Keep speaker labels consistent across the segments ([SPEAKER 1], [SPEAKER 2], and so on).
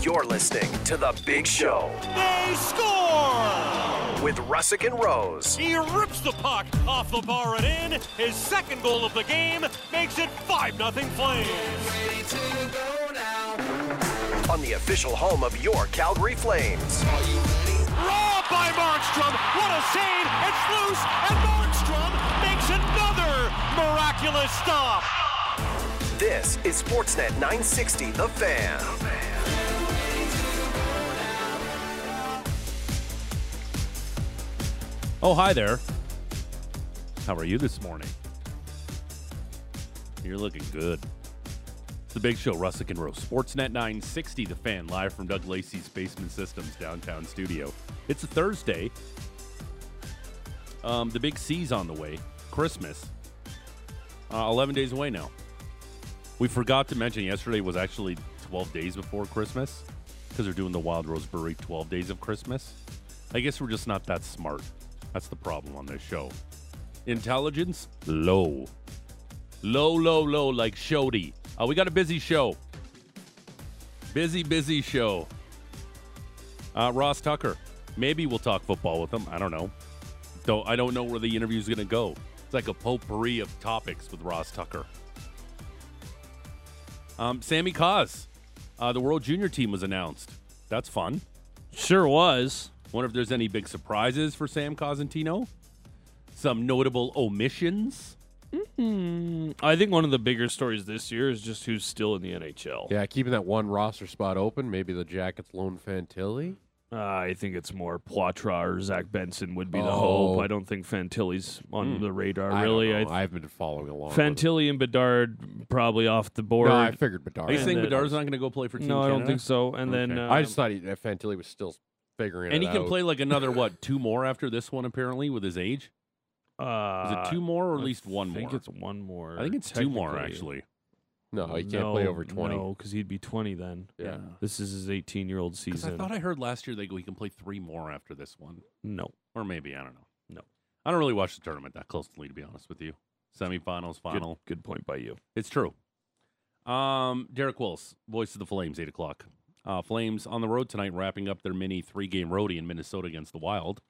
[SPEAKER 1] You're listening to The Big Show
[SPEAKER 2] They score!
[SPEAKER 1] with Russick and Rose.
[SPEAKER 2] He rips the puck off the bar and in. His second goal of the game makes it 5 0 Flames.
[SPEAKER 1] on the official home of your Calgary Flames.
[SPEAKER 2] Robbed by Markstrom. What a save! It's loose, and Markstrom makes another miraculous stop.
[SPEAKER 1] This is Sportsnet 960, The Fan.
[SPEAKER 3] Oh, hi there. How are you this morning? You're looking good. It's the Big Show, Russick and Rose. Sportsnet 960, the fan, live from Doug Lacey's Basement Systems downtown studio. It's a Thursday. Um, the Big C's on the way. Christmas. Uh, 11 days away now. We forgot to mention yesterday was actually 12 days before Christmas because they're doing the Wild Rose Brewery 12 Days of Christmas. I guess we're just not that smart. That's the problem on this show. Intelligence low, low, low, low, like Shody. Uh, we got a busy show. Busy, busy show. Uh, Ross Tucker. Maybe we'll talk football with him. I don't know. Though I don't know where the interview's going to go. It's like a potpourri of topics with Ross Tucker. Um, Sammy Cause. Uh, the World Junior team was announced. That's fun.
[SPEAKER 4] Sure was.
[SPEAKER 3] Wonder if there's any big surprises for Sam Cosentino. Some notable omissions.
[SPEAKER 4] I think one of the bigger stories this year is just who's still in the NHL.
[SPEAKER 5] Yeah, keeping that one roster spot open. Maybe the Jackets loan Fantilli.
[SPEAKER 4] Uh, I think it's more Poitras or Zach Benson would be the hope.
[SPEAKER 5] Oh. Hmm.
[SPEAKER 4] I don't think Fantilli's on the radar
[SPEAKER 5] I don't
[SPEAKER 4] really.
[SPEAKER 5] know.
[SPEAKER 4] I
[SPEAKER 5] I, have been following along. with it.
[SPEAKER 4] Fantilli and Bedard probably off the board.
[SPEAKER 5] No, I figured Bedard.
[SPEAKER 3] Are you
[SPEAKER 4] And
[SPEAKER 3] saying
[SPEAKER 4] then-
[SPEAKER 3] Bedard's not going to go play for Team
[SPEAKER 4] No, I don't
[SPEAKER 3] Canada?
[SPEAKER 4] think so. And then
[SPEAKER 3] Okay.
[SPEAKER 4] uh,
[SPEAKER 5] I just thought he, that Fantilli was still figuring
[SPEAKER 3] And
[SPEAKER 5] it
[SPEAKER 3] he
[SPEAKER 5] out.
[SPEAKER 3] can play like another what? Two more after this one apparently with his age. Is
[SPEAKER 4] uh,
[SPEAKER 3] it two more or at least one
[SPEAKER 4] I think
[SPEAKER 3] more?
[SPEAKER 4] it's one more.
[SPEAKER 3] I think it's two more
[SPEAKER 4] technically.
[SPEAKER 3] actually.
[SPEAKER 5] No, Oh, he can't play
[SPEAKER 4] No,
[SPEAKER 5] over twenty.
[SPEAKER 4] No, because he'd be twenty then.
[SPEAKER 5] Yeah.
[SPEAKER 4] This is his eighteen-year-old
[SPEAKER 3] Because I
[SPEAKER 4] season.
[SPEAKER 3] thought I heard last year they go he can play three more after this one,
[SPEAKER 4] no.
[SPEAKER 3] or maybe I don't know.
[SPEAKER 4] No.
[SPEAKER 3] I don't really watch the tournament that closely to be honest with you. Semifinals,
[SPEAKER 4] Good,
[SPEAKER 3] final.
[SPEAKER 4] good point by you.
[SPEAKER 3] It's true. Um, Derek Wills, voice of the Flames, eight o'clock. Uh, Flames on the road tonight, wrapping up their mini three-game roadie in Minnesota against the Wild.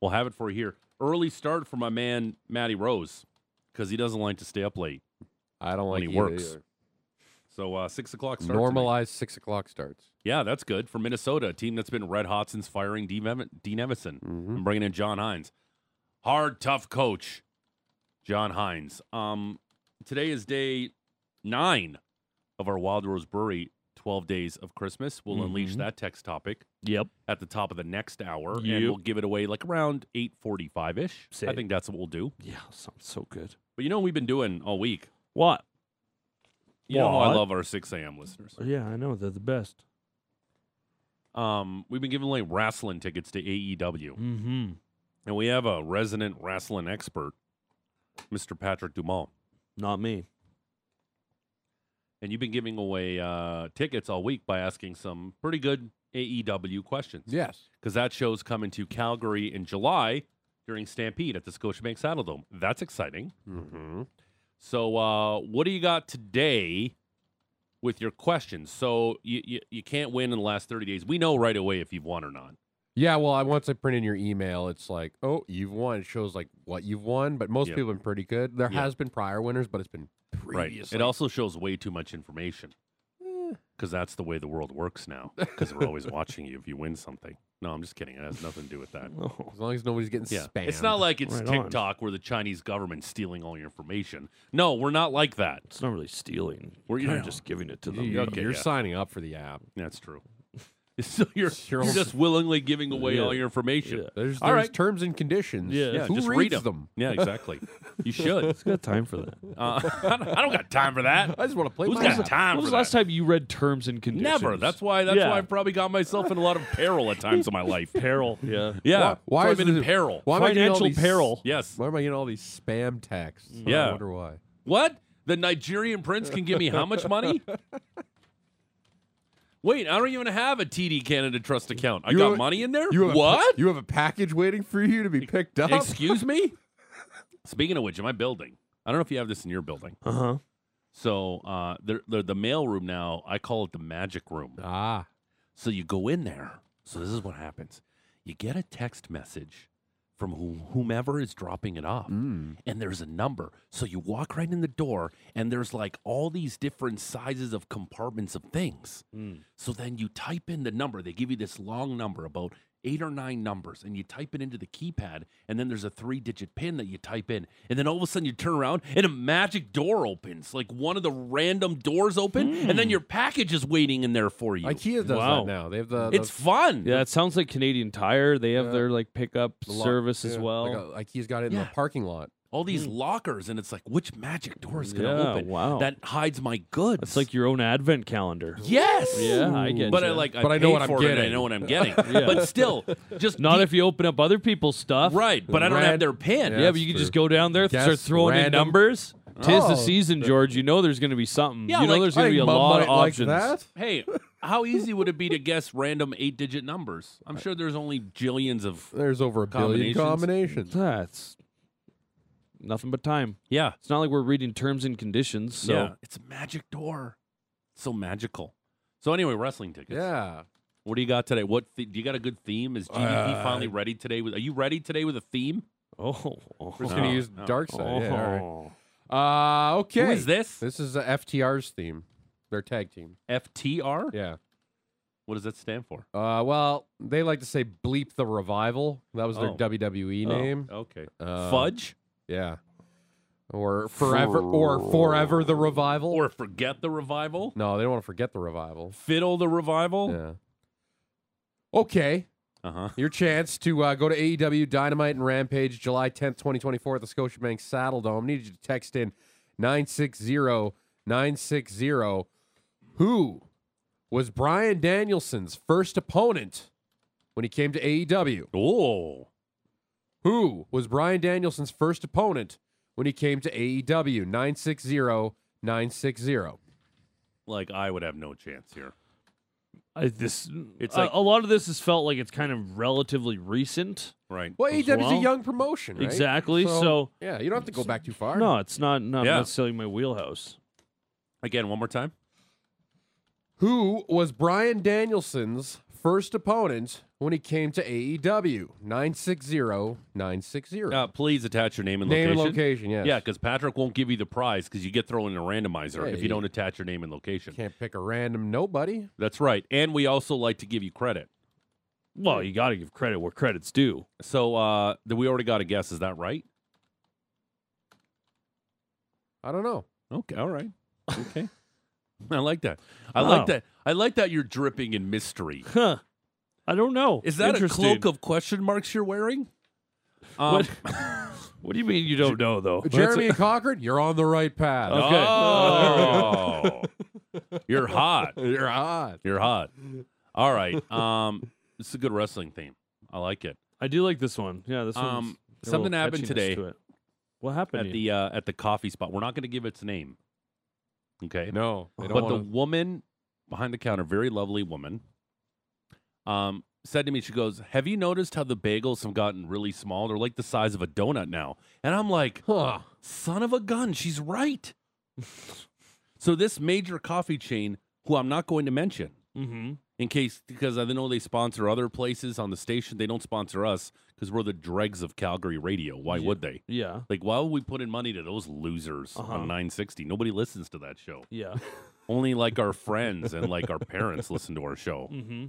[SPEAKER 3] We'll have it for you here. Early start for my man Matty Rose because he doesn't like to stay up late.
[SPEAKER 5] I don't
[SPEAKER 3] When
[SPEAKER 5] like
[SPEAKER 3] he
[SPEAKER 5] either
[SPEAKER 3] works.
[SPEAKER 5] either.
[SPEAKER 3] So uh, six o'clock start. tonight.
[SPEAKER 5] Normalized six o'clock starts.
[SPEAKER 3] Yeah, that's good for Minnesota, a team that's been red hot since firing Dean, Ev- Dean Evison
[SPEAKER 4] Mm-hmm.
[SPEAKER 3] and bringing in John Hines. Hard, tough coach, John Hines. Um, today is day nine of our Wild Rose Brewery 12 Days of Christmas.
[SPEAKER 4] Mm-hmm.
[SPEAKER 3] We'll unleash that text topic
[SPEAKER 4] Yep.
[SPEAKER 3] at the top of the next hour,
[SPEAKER 4] Yep.
[SPEAKER 3] and we'll give it away like around 8.45-ish. I
[SPEAKER 4] Say.
[SPEAKER 3] think that's what we'll do.
[SPEAKER 4] Yeah. Sounds so good.
[SPEAKER 3] But you know what we've been doing all week?
[SPEAKER 4] What?
[SPEAKER 3] You know I
[SPEAKER 4] What?
[SPEAKER 3] love our 6 a.m. listeners.
[SPEAKER 4] Yeah, I know they're the best.
[SPEAKER 3] Um, we've been giving away wrestling tickets to E AEW.
[SPEAKER 4] Mm-hmm.
[SPEAKER 3] And we have a resident wrestling expert, Mr. Patrick Dumont.
[SPEAKER 4] Not me.
[SPEAKER 3] And you've been giving away uh, tickets all week by asking some pretty good AEW questions.
[SPEAKER 5] Yes.
[SPEAKER 3] Because that show's coming to Calgary in July during Stampede at the Scotiabank Saddle Dome. That's exciting.
[SPEAKER 5] Mm-hmm.
[SPEAKER 3] So, uh, what do you got today with your questions? So, you, you, you can't win in the last 30 days. We know right away if you've won or not.
[SPEAKER 5] Yeah, well, I once I print in your email, it's like, oh, you've won. It shows like what you've won, but most
[SPEAKER 3] Yep.
[SPEAKER 5] people have been pretty good. There
[SPEAKER 3] Yeah.
[SPEAKER 5] has been prior winners, but it's been previous.
[SPEAKER 3] Right. It also shows way too much information
[SPEAKER 4] Eh.
[SPEAKER 3] because that's the way the world works now. Because we're always watching you if you win something. No, I'm just kidding. It has nothing to do with that.
[SPEAKER 4] Oh.
[SPEAKER 5] as long as nobody's getting
[SPEAKER 3] Yeah,
[SPEAKER 5] spammed.
[SPEAKER 3] it's not like it's
[SPEAKER 4] Right on.
[SPEAKER 3] TikTok where the Chinese government's stealing all your information. No, we're not like that.
[SPEAKER 4] It's not really stealing.
[SPEAKER 3] We're
[SPEAKER 4] We're
[SPEAKER 3] either-
[SPEAKER 4] kind of just giving it to them.
[SPEAKER 5] You,
[SPEAKER 3] Yeah, okay,
[SPEAKER 5] are
[SPEAKER 3] yeah.
[SPEAKER 5] signing up for the app.
[SPEAKER 3] That's true. So you're,
[SPEAKER 5] Sure.
[SPEAKER 3] you're just willingly giving away all your information.
[SPEAKER 4] Yeah.
[SPEAKER 5] There's,
[SPEAKER 3] All
[SPEAKER 5] there's
[SPEAKER 3] right.
[SPEAKER 5] terms and conditions.
[SPEAKER 4] Yeah.
[SPEAKER 3] Yeah,
[SPEAKER 5] Who
[SPEAKER 3] just
[SPEAKER 5] reads
[SPEAKER 3] read 'em.
[SPEAKER 5] them?
[SPEAKER 3] Yeah, exactly. you should.
[SPEAKER 4] Who's got time for that?
[SPEAKER 3] Uh, I don't got time for that.
[SPEAKER 5] I just want to play.
[SPEAKER 3] Who's
[SPEAKER 5] my
[SPEAKER 3] got
[SPEAKER 5] app.
[SPEAKER 3] time
[SPEAKER 4] when
[SPEAKER 3] for
[SPEAKER 4] was the last
[SPEAKER 3] that?
[SPEAKER 4] time you read terms and conditions?
[SPEAKER 3] Never. That's why. That's
[SPEAKER 4] Yeah.
[SPEAKER 3] why I probably got myself in a lot of peril at times in my life.
[SPEAKER 4] peril. Yeah.
[SPEAKER 3] Yeah.
[SPEAKER 5] Why
[SPEAKER 3] so I've
[SPEAKER 5] is
[SPEAKER 3] been in
[SPEAKER 5] this-
[SPEAKER 3] peril?
[SPEAKER 5] Why am I getting all
[SPEAKER 4] Financial
[SPEAKER 5] these-
[SPEAKER 4] peril.
[SPEAKER 3] Yes.
[SPEAKER 5] Why am I getting all these spam texts?
[SPEAKER 3] Yeah.
[SPEAKER 5] I wonder why.
[SPEAKER 3] What? The Nigerian prince can give me how much money? Wait, I don't even have a TD Canada Trust account. I
[SPEAKER 5] You
[SPEAKER 3] got
[SPEAKER 5] have-
[SPEAKER 3] money in there?
[SPEAKER 5] You have A,
[SPEAKER 3] what?
[SPEAKER 5] pa- you have a package waiting for you to be picked up.
[SPEAKER 3] Excuse me? Speaking of which, in my building, I don't know if you have this in your building.
[SPEAKER 4] Uh
[SPEAKER 5] Uh-huh.
[SPEAKER 4] huh.
[SPEAKER 3] So uh, the, the, the mail room now, I call it the magic room.
[SPEAKER 5] ah,
[SPEAKER 3] So you go in there. So this is what happens. You get a text message from who- whomever is dropping it off, and there's a number. So you walk right in the door, and there's like all these different sizes of compartments of things. So then you type in the number. They give you this long number, about eight or nine numbers, and you type it into the keypad. And then there's a three digit pin that you type in. And then all of a sudden you turn around and a magic door opens, like one of the random doors open. And then your package is waiting in there for you.
[SPEAKER 5] IKEA does
[SPEAKER 4] Wow.
[SPEAKER 5] that now. They have the, the
[SPEAKER 3] it's fun.
[SPEAKER 4] Yeah, it sounds like Canadian Tire. They have their like pickup
[SPEAKER 5] the lock-
[SPEAKER 4] service as
[SPEAKER 5] yeah,
[SPEAKER 4] well.
[SPEAKER 5] Like uh, IKEA's got it in the
[SPEAKER 3] Yeah.
[SPEAKER 5] parking lot.
[SPEAKER 3] All these lockers, and it's like, which magic door is going to
[SPEAKER 4] mm. Yeah,
[SPEAKER 3] open?
[SPEAKER 4] wow.
[SPEAKER 3] That hides my goods.
[SPEAKER 4] it's like your own advent calendar.
[SPEAKER 3] Yes.
[SPEAKER 4] Yeah, I get
[SPEAKER 3] But I
[SPEAKER 4] ya.
[SPEAKER 3] like. I
[SPEAKER 5] But I know
[SPEAKER 3] paid
[SPEAKER 5] what I'm
[SPEAKER 3] for it, and I
[SPEAKER 5] getting.
[SPEAKER 3] know what I'm getting. But still, just
[SPEAKER 4] Not
[SPEAKER 3] de-
[SPEAKER 4] if you open up other people's stuff.
[SPEAKER 3] right. But I don't
[SPEAKER 5] Red-
[SPEAKER 3] have their pin.
[SPEAKER 4] Yeah,
[SPEAKER 5] Yeah,
[SPEAKER 4] but you
[SPEAKER 5] that's
[SPEAKER 4] can just
[SPEAKER 5] true.
[SPEAKER 4] go down there,
[SPEAKER 5] Guess
[SPEAKER 4] start throwing in
[SPEAKER 5] random-
[SPEAKER 4] numbers. Tis the
[SPEAKER 5] Oh.
[SPEAKER 4] season, George. You know there's going to be something.
[SPEAKER 3] Yeah,
[SPEAKER 4] you know
[SPEAKER 3] like-
[SPEAKER 4] there's going to be a lot of options.
[SPEAKER 3] Hey, how easy would it be to guess random eight-digit numbers? I'm sure there's only jillions of.
[SPEAKER 5] There's over a billion combinations.
[SPEAKER 4] That's nothing but time.
[SPEAKER 3] Yeah.
[SPEAKER 4] It's not like we're reading terms and conditions. So
[SPEAKER 3] yeah. it's a magic door. so magical. So anyway, wrestling tickets.
[SPEAKER 5] Yeah.
[SPEAKER 3] What do you got today? What the- do you got? A good theme? Is GDP
[SPEAKER 5] Uh,
[SPEAKER 3] finally ready today? With are you ready today with a theme?
[SPEAKER 4] oh,
[SPEAKER 5] We're just going
[SPEAKER 3] No,
[SPEAKER 5] to use
[SPEAKER 3] no.
[SPEAKER 5] Dark Side. Yeah, all right.
[SPEAKER 4] Oh.
[SPEAKER 5] Uh, okay.
[SPEAKER 3] Who is this?
[SPEAKER 5] This is uh, FTR's theme. Their tag team.
[SPEAKER 3] FTR.
[SPEAKER 5] Yeah.
[SPEAKER 3] What does that stand for?
[SPEAKER 5] Uh, well, they like to say bleep the revival. That was their
[SPEAKER 3] Oh.
[SPEAKER 5] WWE
[SPEAKER 3] Oh,
[SPEAKER 5] name.
[SPEAKER 3] okay.
[SPEAKER 5] Uh,
[SPEAKER 3] Fudge
[SPEAKER 5] Yeah. Or forever or forever the revival.
[SPEAKER 3] or forget the revival?
[SPEAKER 5] no, they don't want to forget the revival.
[SPEAKER 3] Fiddle the revival?
[SPEAKER 5] Yeah. Okay.
[SPEAKER 3] Uh huh.
[SPEAKER 5] Your chance to uh, go to AEW Dynamite and Rampage July 10th, 2024 at the Scotiabank Saddle Dome. Need you to text in 960-960 who was Brian Danielson's first opponent when he came to E AEW?
[SPEAKER 3] Oh.
[SPEAKER 5] Who was Brian Danielson's first opponent when he came to E AEW? 960 960.
[SPEAKER 3] Like I would have no chance here.
[SPEAKER 4] I, this
[SPEAKER 3] It's
[SPEAKER 4] it's
[SPEAKER 3] like-
[SPEAKER 4] a, lot of this has felt like it's kind of relatively recent.
[SPEAKER 3] Right.
[SPEAKER 5] Well,
[SPEAKER 4] As
[SPEAKER 5] AEW's a
[SPEAKER 4] well?
[SPEAKER 5] young promotion, right?
[SPEAKER 4] Exactly, so-
[SPEAKER 5] yeah, you don't have to go back too far.
[SPEAKER 4] No, it's not not
[SPEAKER 3] Yeah.
[SPEAKER 4] necessarily my wheelhouse.
[SPEAKER 3] Again, one more time.
[SPEAKER 5] Who was Brian Danielson's first opponent when he came to E AEW? 960 960.
[SPEAKER 3] Uh, please attach your name and
[SPEAKER 5] Name and
[SPEAKER 3] location.
[SPEAKER 5] location, yes.
[SPEAKER 3] Yeah, because Patrick won't give you the prize because you get thrown in a randomizer
[SPEAKER 5] Yeah,
[SPEAKER 3] if you
[SPEAKER 5] you-
[SPEAKER 3] don't attach your name and location.
[SPEAKER 5] Can't pick a random nobody.
[SPEAKER 3] That's right. And we also like to give you credit.
[SPEAKER 4] Well, you got to give credit where credit's due.
[SPEAKER 3] So uh th- we already got a guess. Is that right?
[SPEAKER 5] I don't know.
[SPEAKER 3] Okay. All right. Okay. I like that. I
[SPEAKER 4] Wow.
[SPEAKER 3] like that. I like that you're dripping in mystery.
[SPEAKER 4] Huh. I don't know.
[SPEAKER 3] Is that a
[SPEAKER 4] Interesting.
[SPEAKER 3] cloak of question marks you're wearing? Um,
[SPEAKER 4] What, what do you mean you don't know though?
[SPEAKER 5] Jeremy Cochran, you're on the right path.
[SPEAKER 4] Okay.
[SPEAKER 3] Oh, you're hot.
[SPEAKER 5] You're hot.
[SPEAKER 3] You're hot. All right. Um, this is a good wrestling theme. I like it.
[SPEAKER 4] I do like this one. Yeah, this one.
[SPEAKER 3] Um, something happened today
[SPEAKER 4] What happened?
[SPEAKER 3] at
[SPEAKER 4] to you?
[SPEAKER 3] the uh, at the coffee spot. We're not going to give its name. Okay.
[SPEAKER 5] No, they
[SPEAKER 3] but
[SPEAKER 5] don't
[SPEAKER 3] the
[SPEAKER 5] wanna-
[SPEAKER 3] woman behind the counter, very lovely woman, um, said to me, she goes, "Have you noticed how the bagels have gotten really small? They're like the size of a donut now." And I'm like,
[SPEAKER 5] Huh.
[SPEAKER 3] Son of a gun, she's right. so this major coffee chain, who I'm not going to mention,
[SPEAKER 4] Mm-hmm.
[SPEAKER 3] in case because I know they sponsor other places on the station, they don't sponsor us because we're the dregs of Calgary radio. Why would they?
[SPEAKER 4] Yeah.
[SPEAKER 3] Like, why would we put in money to those losers
[SPEAKER 4] Uh-huh.
[SPEAKER 3] on 960? Nobody listens to that show.
[SPEAKER 4] Yeah.
[SPEAKER 3] Only like our friends and like our parents listen to our show.
[SPEAKER 4] mm-hmm.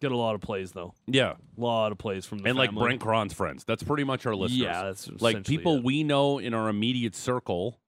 [SPEAKER 4] Get a lot of plays though.
[SPEAKER 3] Yeah,
[SPEAKER 4] A lot of plays from the
[SPEAKER 3] and like
[SPEAKER 4] family.
[SPEAKER 3] Brent Cron's friends. That's pretty much our listeners.
[SPEAKER 4] Yeah, that's
[SPEAKER 3] like
[SPEAKER 4] essentially
[SPEAKER 3] people
[SPEAKER 4] it.
[SPEAKER 3] we know in our immediate circle,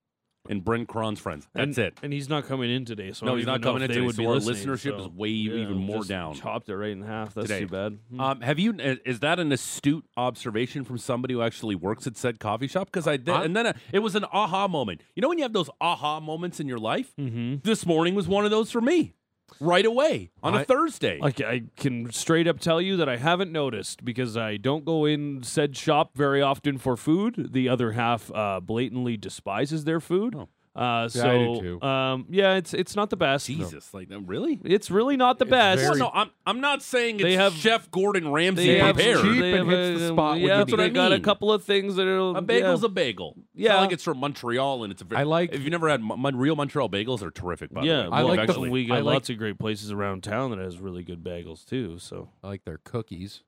[SPEAKER 3] and Brent Cron's friends. That's
[SPEAKER 4] and,
[SPEAKER 3] it.
[SPEAKER 4] And he's not coming in today, so I
[SPEAKER 3] No,
[SPEAKER 4] don't
[SPEAKER 3] he's
[SPEAKER 4] even
[SPEAKER 3] not
[SPEAKER 4] know
[SPEAKER 3] coming
[SPEAKER 4] if
[SPEAKER 3] in
[SPEAKER 4] they
[SPEAKER 3] today,
[SPEAKER 4] Would
[SPEAKER 3] so
[SPEAKER 4] be
[SPEAKER 3] our
[SPEAKER 4] listening,
[SPEAKER 3] listenership
[SPEAKER 4] so-
[SPEAKER 3] is way
[SPEAKER 4] Yeah,
[SPEAKER 3] even
[SPEAKER 4] we
[SPEAKER 3] more
[SPEAKER 4] just
[SPEAKER 3] down
[SPEAKER 4] Chopped it right in half. That's
[SPEAKER 3] today.
[SPEAKER 4] too bad. Hmm.
[SPEAKER 3] Um, have you? i- Is that an astute observation from somebody who actually works at said coffee shop? Because I did,
[SPEAKER 5] I-
[SPEAKER 3] and then I, it was an aha moment. You know when you have those aha moments in your life? Mm-hmm. This morning was one of those for me. Right away on a
[SPEAKER 5] I-
[SPEAKER 3] Thursday.
[SPEAKER 4] Like I can straight up tell you that I haven't noticed because I don't go in
[SPEAKER 3] Oh.
[SPEAKER 4] said shop very often for food. The other half uh, blatantly despises their food. Uh,
[SPEAKER 5] Yeah,
[SPEAKER 4] so
[SPEAKER 5] I do too.
[SPEAKER 4] um, yeah, it's it's not the best.
[SPEAKER 3] Jesus, like no, really?
[SPEAKER 4] It's really not the
[SPEAKER 5] It's
[SPEAKER 4] best.
[SPEAKER 5] very-
[SPEAKER 3] Well, no, I'm I'm not saying it's
[SPEAKER 4] They have-
[SPEAKER 3] Chef Gordon Ramsay
[SPEAKER 4] They have,
[SPEAKER 3] prepared.
[SPEAKER 5] cheese.
[SPEAKER 4] they
[SPEAKER 5] Cheap and
[SPEAKER 4] have
[SPEAKER 5] hits the
[SPEAKER 4] a-
[SPEAKER 5] spot when you
[SPEAKER 4] yeah,
[SPEAKER 5] need
[SPEAKER 4] but
[SPEAKER 5] it.
[SPEAKER 4] I got a
[SPEAKER 3] mean.
[SPEAKER 4] couple of things that are
[SPEAKER 3] A bagel's a bagel. It's not
[SPEAKER 4] Yeah.
[SPEAKER 3] like it's from Montreal and it's a very,
[SPEAKER 5] I like-
[SPEAKER 3] If you've never had Mon- Mon- real Montreal bagels, are terrific. By
[SPEAKER 4] yeah.
[SPEAKER 3] the way.
[SPEAKER 5] I
[SPEAKER 4] well,
[SPEAKER 5] like the-
[SPEAKER 4] actually, we got
[SPEAKER 5] I like-
[SPEAKER 4] lots of great places around town that has really good bagels too. So
[SPEAKER 5] I like their cookies.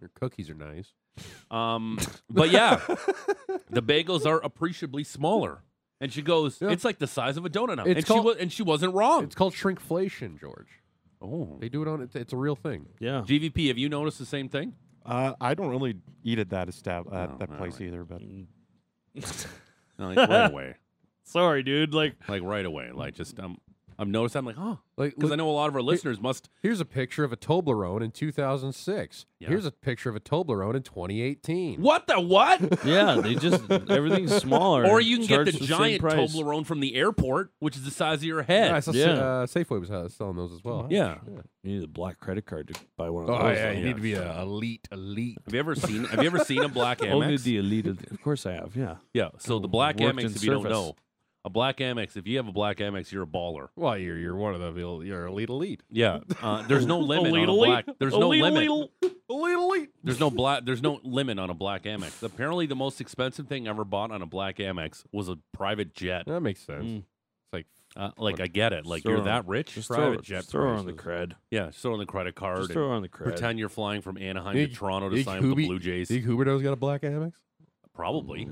[SPEAKER 5] Their cookies are nice.
[SPEAKER 3] Um, but yeah, the bagels are appreciably smaller. And she goes,
[SPEAKER 5] Yeah.
[SPEAKER 3] it's like the size of a donut. now."
[SPEAKER 5] It's
[SPEAKER 3] and
[SPEAKER 5] called-
[SPEAKER 3] she was, and she wasn't wrong.
[SPEAKER 5] It's called shrinkflation, George.
[SPEAKER 3] oh,
[SPEAKER 5] They do it on. It's, it's a real thing.
[SPEAKER 4] yeah,
[SPEAKER 3] GVP, have you noticed the same thing?
[SPEAKER 6] Uh, I don't really eat at that estab- at
[SPEAKER 3] No,
[SPEAKER 6] that
[SPEAKER 3] all
[SPEAKER 6] place
[SPEAKER 3] right.
[SPEAKER 6] either, but
[SPEAKER 3] No, like right away,
[SPEAKER 4] sorry, dude. Like
[SPEAKER 3] like right away, like just um, I'm noticed. I'm like, oh,
[SPEAKER 5] Like,
[SPEAKER 3] because I
[SPEAKER 5] look-
[SPEAKER 3] know a lot of our listeners must.
[SPEAKER 5] here's a picture of a Toblerone in 2006.
[SPEAKER 3] Yeah.
[SPEAKER 5] Here's a picture of a Toblerone in 2018.
[SPEAKER 3] What the what?
[SPEAKER 4] yeah, they just everything's smaller.
[SPEAKER 3] or you can get
[SPEAKER 4] Charge
[SPEAKER 3] the
[SPEAKER 4] same
[SPEAKER 3] giant
[SPEAKER 4] price.
[SPEAKER 3] Toblerone from the airport, which is the size of your
[SPEAKER 5] Yeah, I
[SPEAKER 3] head.
[SPEAKER 5] saw
[SPEAKER 4] Yeah.
[SPEAKER 5] uh, Safeway was uh, selling those as well.
[SPEAKER 3] Yeah.
[SPEAKER 4] You need a black credit card to buy one of
[SPEAKER 5] Oh,
[SPEAKER 4] those. uh,
[SPEAKER 5] yeah, you
[SPEAKER 3] yeah.
[SPEAKER 5] need to be an elite, elite.
[SPEAKER 3] Have you ever seen? Have you ever seen a black
[SPEAKER 4] Only
[SPEAKER 3] Amex?
[SPEAKER 4] the elite. Of course, I have. Yeah.
[SPEAKER 3] yeah. So the black
[SPEAKER 4] Worked
[SPEAKER 3] Amex,
[SPEAKER 4] in
[SPEAKER 3] if you don't
[SPEAKER 4] service.
[SPEAKER 3] know, a black Amex. If you have a black Amex, you're a baller.
[SPEAKER 5] Well, you're you're one of the el- you're elite, elite.
[SPEAKER 3] Yeah. Uh, there's no limit on a
[SPEAKER 4] Elite,
[SPEAKER 3] black. There's no
[SPEAKER 4] elite,
[SPEAKER 3] limit.
[SPEAKER 4] elite.
[SPEAKER 3] There's no black. There's no limit on a black Amex. Apparently, the most expensive thing I ever bought on a black Amex was a private jet.
[SPEAKER 5] That makes sense.
[SPEAKER 4] Mm.
[SPEAKER 5] It's like
[SPEAKER 3] Uh, like I get it. Like
[SPEAKER 4] Throw
[SPEAKER 3] you're
[SPEAKER 4] it
[SPEAKER 3] that
[SPEAKER 4] on-
[SPEAKER 3] rich.
[SPEAKER 4] Just throw,
[SPEAKER 3] private
[SPEAKER 4] it,
[SPEAKER 3] jet.
[SPEAKER 4] just throw it on the
[SPEAKER 3] prices.
[SPEAKER 4] cred.
[SPEAKER 3] Yeah. Just throw it on the credit card.
[SPEAKER 4] Just
[SPEAKER 3] and
[SPEAKER 4] throw it on the cred.
[SPEAKER 3] Pretend you're flying from Anaheim
[SPEAKER 5] Think-
[SPEAKER 3] to Toronto to
[SPEAKER 5] think
[SPEAKER 3] sign with the
[SPEAKER 5] Hubie-
[SPEAKER 3] Blue Jays.
[SPEAKER 5] think Huberto's got a black Amex.
[SPEAKER 3] Probably.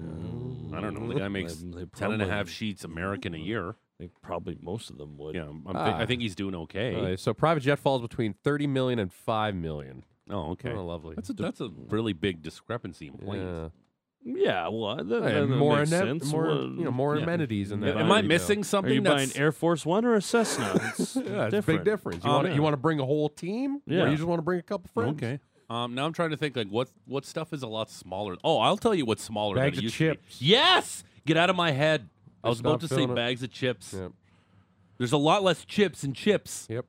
[SPEAKER 3] I don't know. The guy makes
[SPEAKER 4] They- they
[SPEAKER 3] ten and a
[SPEAKER 4] probably-
[SPEAKER 3] half sheets American a year.
[SPEAKER 4] They probably most of them would.
[SPEAKER 3] Yeah, I'm I'm thi-
[SPEAKER 5] Ah.
[SPEAKER 3] I think he's doing okay.
[SPEAKER 5] Uh, so private jet falls between 30 million and 5 million.
[SPEAKER 3] oh, okay.
[SPEAKER 5] Oh, lovely.
[SPEAKER 3] That's a that's a really big discrepancy in planes.
[SPEAKER 5] yeah.
[SPEAKER 4] Yeah, well, that, that,
[SPEAKER 5] Hey,
[SPEAKER 4] that
[SPEAKER 5] Oh, more
[SPEAKER 4] makes
[SPEAKER 5] ane-
[SPEAKER 4] sense.
[SPEAKER 5] more
[SPEAKER 4] Well,
[SPEAKER 5] you know more
[SPEAKER 3] yeah.
[SPEAKER 5] amenities in
[SPEAKER 4] Yeah,
[SPEAKER 5] that.
[SPEAKER 4] am
[SPEAKER 3] Am I
[SPEAKER 4] I
[SPEAKER 5] you know.
[SPEAKER 3] missing
[SPEAKER 4] Are
[SPEAKER 3] something?
[SPEAKER 4] you buying
[SPEAKER 3] that's,
[SPEAKER 4] Air Force One or a Cessna? It's
[SPEAKER 5] Yeah, it's a big
[SPEAKER 4] different.
[SPEAKER 5] difference. You
[SPEAKER 3] Um,
[SPEAKER 5] want to
[SPEAKER 3] yeah.
[SPEAKER 5] you want to bring a whole team, or
[SPEAKER 4] Yeah.
[SPEAKER 5] you just want to bring a couple friends.
[SPEAKER 3] okay. Um, now I'm trying to think like what what stuff is a lot smaller. Oh, I'll tell you what's smaller.
[SPEAKER 5] Bags
[SPEAKER 3] than
[SPEAKER 5] of
[SPEAKER 3] it used to be.
[SPEAKER 5] chips.
[SPEAKER 3] Yes, get out of my head. I was
[SPEAKER 5] Just
[SPEAKER 3] about
[SPEAKER 5] not
[SPEAKER 3] to say
[SPEAKER 5] filling up-
[SPEAKER 3] bags of chips.
[SPEAKER 5] Yep.
[SPEAKER 3] There's a lot less chips and chips.
[SPEAKER 5] Yep.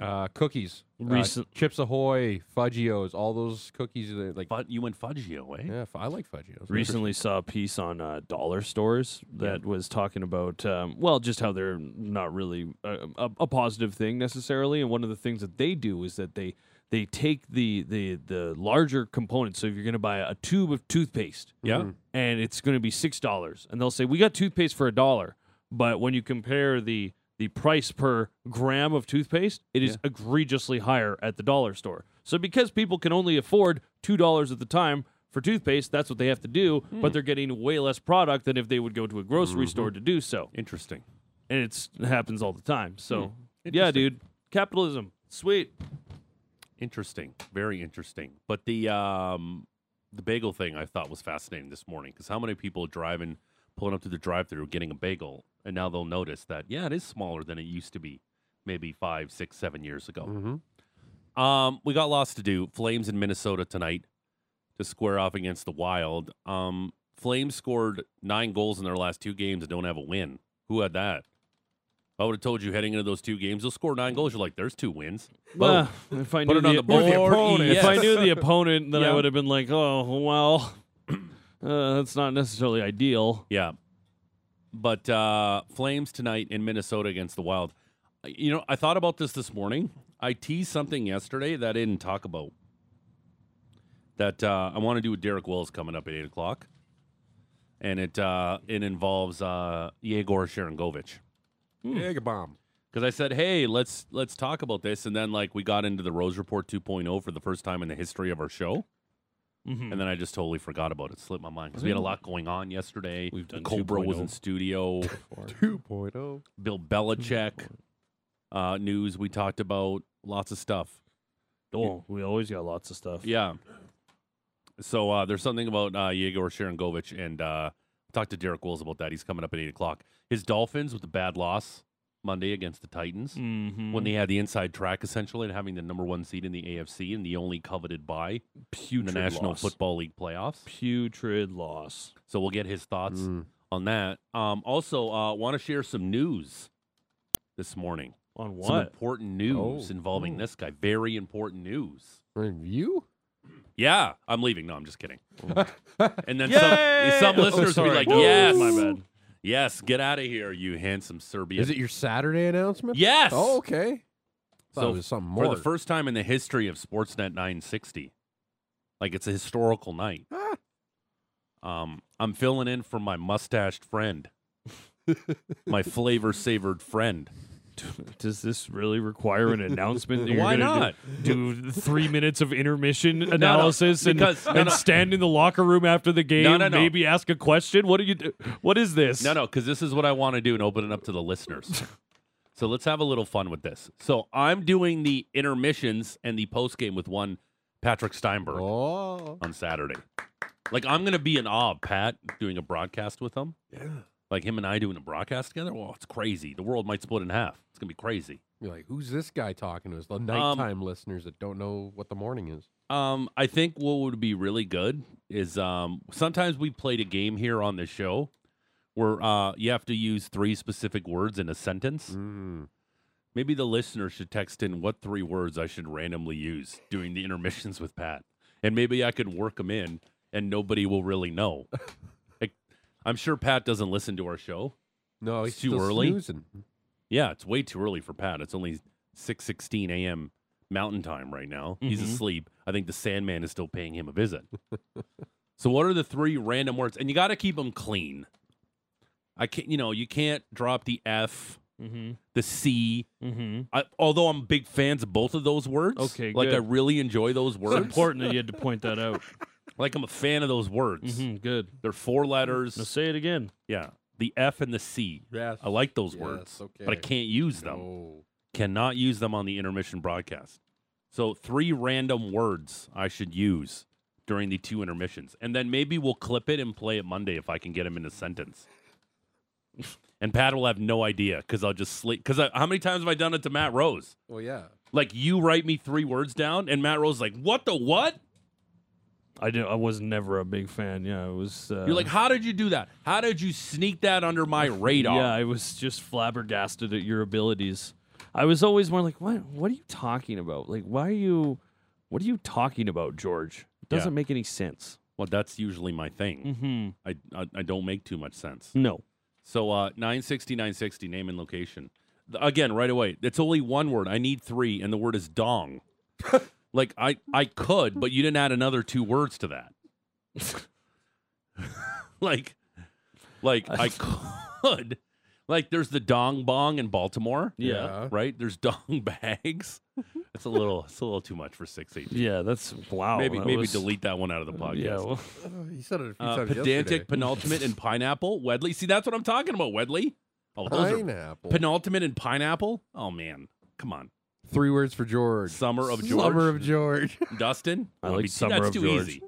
[SPEAKER 5] Uh, cookies, Uh,
[SPEAKER 4] Recent-
[SPEAKER 5] Chips Ahoy, Fudgios, all those cookies. that, Like,
[SPEAKER 3] But you went Fudgio, eh?
[SPEAKER 5] yeah, f- I like Fudgios.
[SPEAKER 4] Recently saw a piece on uh, dollar stores that was talking about, um, well, just how they're not really a, a, a positive thing necessarily. And one of the things that they do is that they they take the the the larger components. So if you're going to buy a tube of toothpaste,
[SPEAKER 3] Yeah.
[SPEAKER 4] and it's going to be six dollars, and they'll say we got toothpaste for a dollar, but when you compare the the price per gram of toothpaste, it is egregiously higher at the dollar store. So because people can only afford two dollars at the time for toothpaste, that's what they have to do. But they're getting way less product than if they would go to a grocery store to do so,
[SPEAKER 3] Interesting.
[SPEAKER 4] and it's, it happens all the time. So yeah, dude, capitalism, sweet.
[SPEAKER 3] Interesting. Very interesting. But the um the bagel thing I thought was fascinating this morning because how many people driving pulling up to the drive through getting a bagel and now they'll notice that yeah, it is smaller than it used to be maybe five, six, seven years ago.
[SPEAKER 5] Mhm.
[SPEAKER 3] Um, we got lots to do. Flames in Minnesota tonight to square off against the Wild. Um, Flames scored nine goals in their last two games and don't have a win. Who had that? If I would have told you heading into those two games, they'll score nine goals. You're like, there's two wins.
[SPEAKER 4] Well, if I
[SPEAKER 3] Put
[SPEAKER 4] knew
[SPEAKER 3] it on the board.
[SPEAKER 4] If I
[SPEAKER 3] Yes.
[SPEAKER 4] knew the opponent, then
[SPEAKER 3] Yeah.
[SPEAKER 4] I would have been like, oh, well, uh, that's not necessarily ideal.
[SPEAKER 3] Yeah. But uh, Flames tonight in Minnesota against the Wild. I- You know, I thought about this this morning. I teased something yesterday that I didn't talk about. That uh, I want to do with Derek Wells coming up at eight o'clock, and it uh, it involves uh, Yegor Sharangovich
[SPEAKER 5] Mega bomb.
[SPEAKER 3] because I said, "Hey, let's let's talk about this," and then like we got into the Rose Report 2.0 for the first time in the history of our show,
[SPEAKER 4] Mm-hmm.
[SPEAKER 3] and then I just totally forgot about it. Slipped my mind because we had a lot going on yesterday.
[SPEAKER 4] We've done oh.
[SPEAKER 3] the Cobra was
[SPEAKER 4] 2.0.
[SPEAKER 3] in studio.
[SPEAKER 5] 2.0.
[SPEAKER 3] Bill Belichick uh, news we talked about lots of stuff.
[SPEAKER 4] Oh, we always got lots of stuff.
[SPEAKER 3] Yeah. So uh, there's something about uh, Yegor Sharangovich and uh, talked to Derek Wills about that. He's coming up at eight o'clock. His Dolphins with the bad loss Monday against the Titans
[SPEAKER 4] Mhm.
[SPEAKER 3] when they had the inside track essentially and having the number one seed in the AFC and the only coveted bye in
[SPEAKER 4] putrid
[SPEAKER 3] the National
[SPEAKER 4] loss.
[SPEAKER 3] Football League playoffs.
[SPEAKER 4] putrid loss.
[SPEAKER 3] So we'll get his thoughts
[SPEAKER 5] Mm.
[SPEAKER 3] on that. Um, also, uh, want to share some news this morning.
[SPEAKER 4] On
[SPEAKER 3] Some
[SPEAKER 4] what? Mm.
[SPEAKER 3] important news
[SPEAKER 5] Oh.
[SPEAKER 3] involving this guy. Very important news.
[SPEAKER 5] Review?
[SPEAKER 3] Yeah, I'm leaving. No, I'm just kidding. and then
[SPEAKER 4] Oh. Yay!
[SPEAKER 3] some, some
[SPEAKER 4] Oh,
[SPEAKER 3] listeners will
[SPEAKER 4] sorry.
[SPEAKER 3] be like,
[SPEAKER 4] Woo!
[SPEAKER 3] yes.
[SPEAKER 4] My bad.
[SPEAKER 3] Yes, get out of here, you handsome Serbian.
[SPEAKER 5] Is it your Saturday announcement?
[SPEAKER 3] Yes.
[SPEAKER 5] Oh, okay. Thought
[SPEAKER 3] So
[SPEAKER 5] it was something
[SPEAKER 3] for
[SPEAKER 5] more.
[SPEAKER 3] the first time in the history of Sportsnet 960. Like it's a historical night.
[SPEAKER 5] Ah.
[SPEAKER 3] um, I'm filling in for my mustached friend, my flavor savored friend.
[SPEAKER 4] Does this really require an announcement? that you're
[SPEAKER 3] Why
[SPEAKER 4] gonna
[SPEAKER 3] not?
[SPEAKER 4] Do, do three minutes of intermission analysis and,
[SPEAKER 3] because- no,
[SPEAKER 4] and
[SPEAKER 3] no.
[SPEAKER 4] stand in the locker room after the game,
[SPEAKER 3] no, no.
[SPEAKER 4] maybe ask a question? What do you do? What is this?
[SPEAKER 3] No, no, because this is what I want to do and open it up to the listeners. so let's have a little fun with this. So I'm doing the intermissions and the post game with one Patrick Steinberg
[SPEAKER 5] Oh.
[SPEAKER 3] on Saturday. Like I'm gonna be in awe of Pat doing a broadcast with him. Yeah. Like him and I doing a broadcast together. Well, it's crazy. The world might split in half. It's gonna be crazy.
[SPEAKER 5] You're like, who's this guy talking to us? The nighttime listeners that don't know what the morning is.
[SPEAKER 3] Um, I think what would be really good is um, sometimes we played a game here on the show where uh, you have to use three specific words in a sentence.
[SPEAKER 5] Mm.
[SPEAKER 3] Maybe the listener should text in what three words I should randomly use doing the intermissions with Pat, and maybe I could work them in, and nobody will really know. Like, I'm sure Pat doesn't listen to our show.
[SPEAKER 5] No, he's
[SPEAKER 3] It's too
[SPEAKER 5] still
[SPEAKER 3] early?
[SPEAKER 5] snoozing.
[SPEAKER 3] Yeah, it's way too early for Pat. It's only six sixteen a.m. Mountain Time right now. He's
[SPEAKER 5] Mm-hmm.
[SPEAKER 3] asleep. I think the Sandman is still paying him a visit. so, what are the three random words? And you got to keep them clean. I can't. You know, you can't drop the F,
[SPEAKER 4] Mm-hmm.
[SPEAKER 3] the C.
[SPEAKER 4] Mm-hmm.
[SPEAKER 3] I, although I'm big fans of both of those words.
[SPEAKER 4] Okay,
[SPEAKER 3] like I
[SPEAKER 4] good.
[SPEAKER 3] really enjoy those
[SPEAKER 4] It's
[SPEAKER 3] words.
[SPEAKER 4] important that you had to point that out.
[SPEAKER 3] Like I'm a fan of those words.
[SPEAKER 5] Mm-hmm.
[SPEAKER 4] hmm good.
[SPEAKER 3] They're four letters.
[SPEAKER 4] Now say it again.
[SPEAKER 3] yeah, the F and the C.
[SPEAKER 5] Yes.
[SPEAKER 3] I like those
[SPEAKER 5] Yes,
[SPEAKER 3] words, but I
[SPEAKER 5] okay. Oh.
[SPEAKER 3] can't use them.
[SPEAKER 5] No.
[SPEAKER 3] cannot use them on the intermission broadcast. So three random words I should use during the two intermissions, and then maybe we'll clip it and play it Monday if I can get him in a sentence. and Pat will have no idea because I'll just sleep. Because how many times have I done it to Matt Rose?
[SPEAKER 5] Well, yeah.
[SPEAKER 3] Like you write me three words down, and Matt Rose is like, "What the what?"
[SPEAKER 4] I did. I was never a big fan. Yeah, it was. Uh,
[SPEAKER 3] You're like, "How did you do that? How did you sneak that under my radar?"
[SPEAKER 4] Yeah, I was just flabbergasted at your abilities. I was always more like, what? What are you talking about? Like, why are you? What are you talking about, George? It doesn't
[SPEAKER 3] Yeah.
[SPEAKER 4] make any sense.
[SPEAKER 3] Well, that's usually my thing.
[SPEAKER 4] Hmm.
[SPEAKER 3] I, I I don't make too much sense.
[SPEAKER 4] No.
[SPEAKER 3] So uh, 960, 960, name and location. Th- Again, right away. It's only one word. I need three, and the word is dong. like I, I could, but you didn't add another two words to that. like, like I could. Like there's the dong bong in Baltimore,
[SPEAKER 4] Yeah.
[SPEAKER 3] right? There's dong bags. It's a little, it's a little too much for six eight.
[SPEAKER 4] Yeah. That's wow.
[SPEAKER 3] Maybe,
[SPEAKER 4] Oh, that
[SPEAKER 3] maybe
[SPEAKER 4] was-
[SPEAKER 3] delete that one out of the podcast.
[SPEAKER 4] Yeah. Well,
[SPEAKER 5] Uh, he said it a few
[SPEAKER 3] Uh,
[SPEAKER 5] times
[SPEAKER 3] pedantic,
[SPEAKER 5] yesterday.
[SPEAKER 3] penultimate, and pineapple. Wedley. See, that's what I'm talking about. Wedley. Oh, those are
[SPEAKER 5] Pineapple.
[SPEAKER 3] penultimate and pineapple. Oh man, come on.
[SPEAKER 5] Three words for George.
[SPEAKER 3] Summer of George.
[SPEAKER 5] Summer of George.
[SPEAKER 3] Dustin.
[SPEAKER 4] I
[SPEAKER 3] Oh,
[SPEAKER 4] like
[SPEAKER 3] be-
[SPEAKER 4] Summer
[SPEAKER 3] That's
[SPEAKER 4] of
[SPEAKER 3] too
[SPEAKER 4] George. Hmm.
[SPEAKER 3] easy.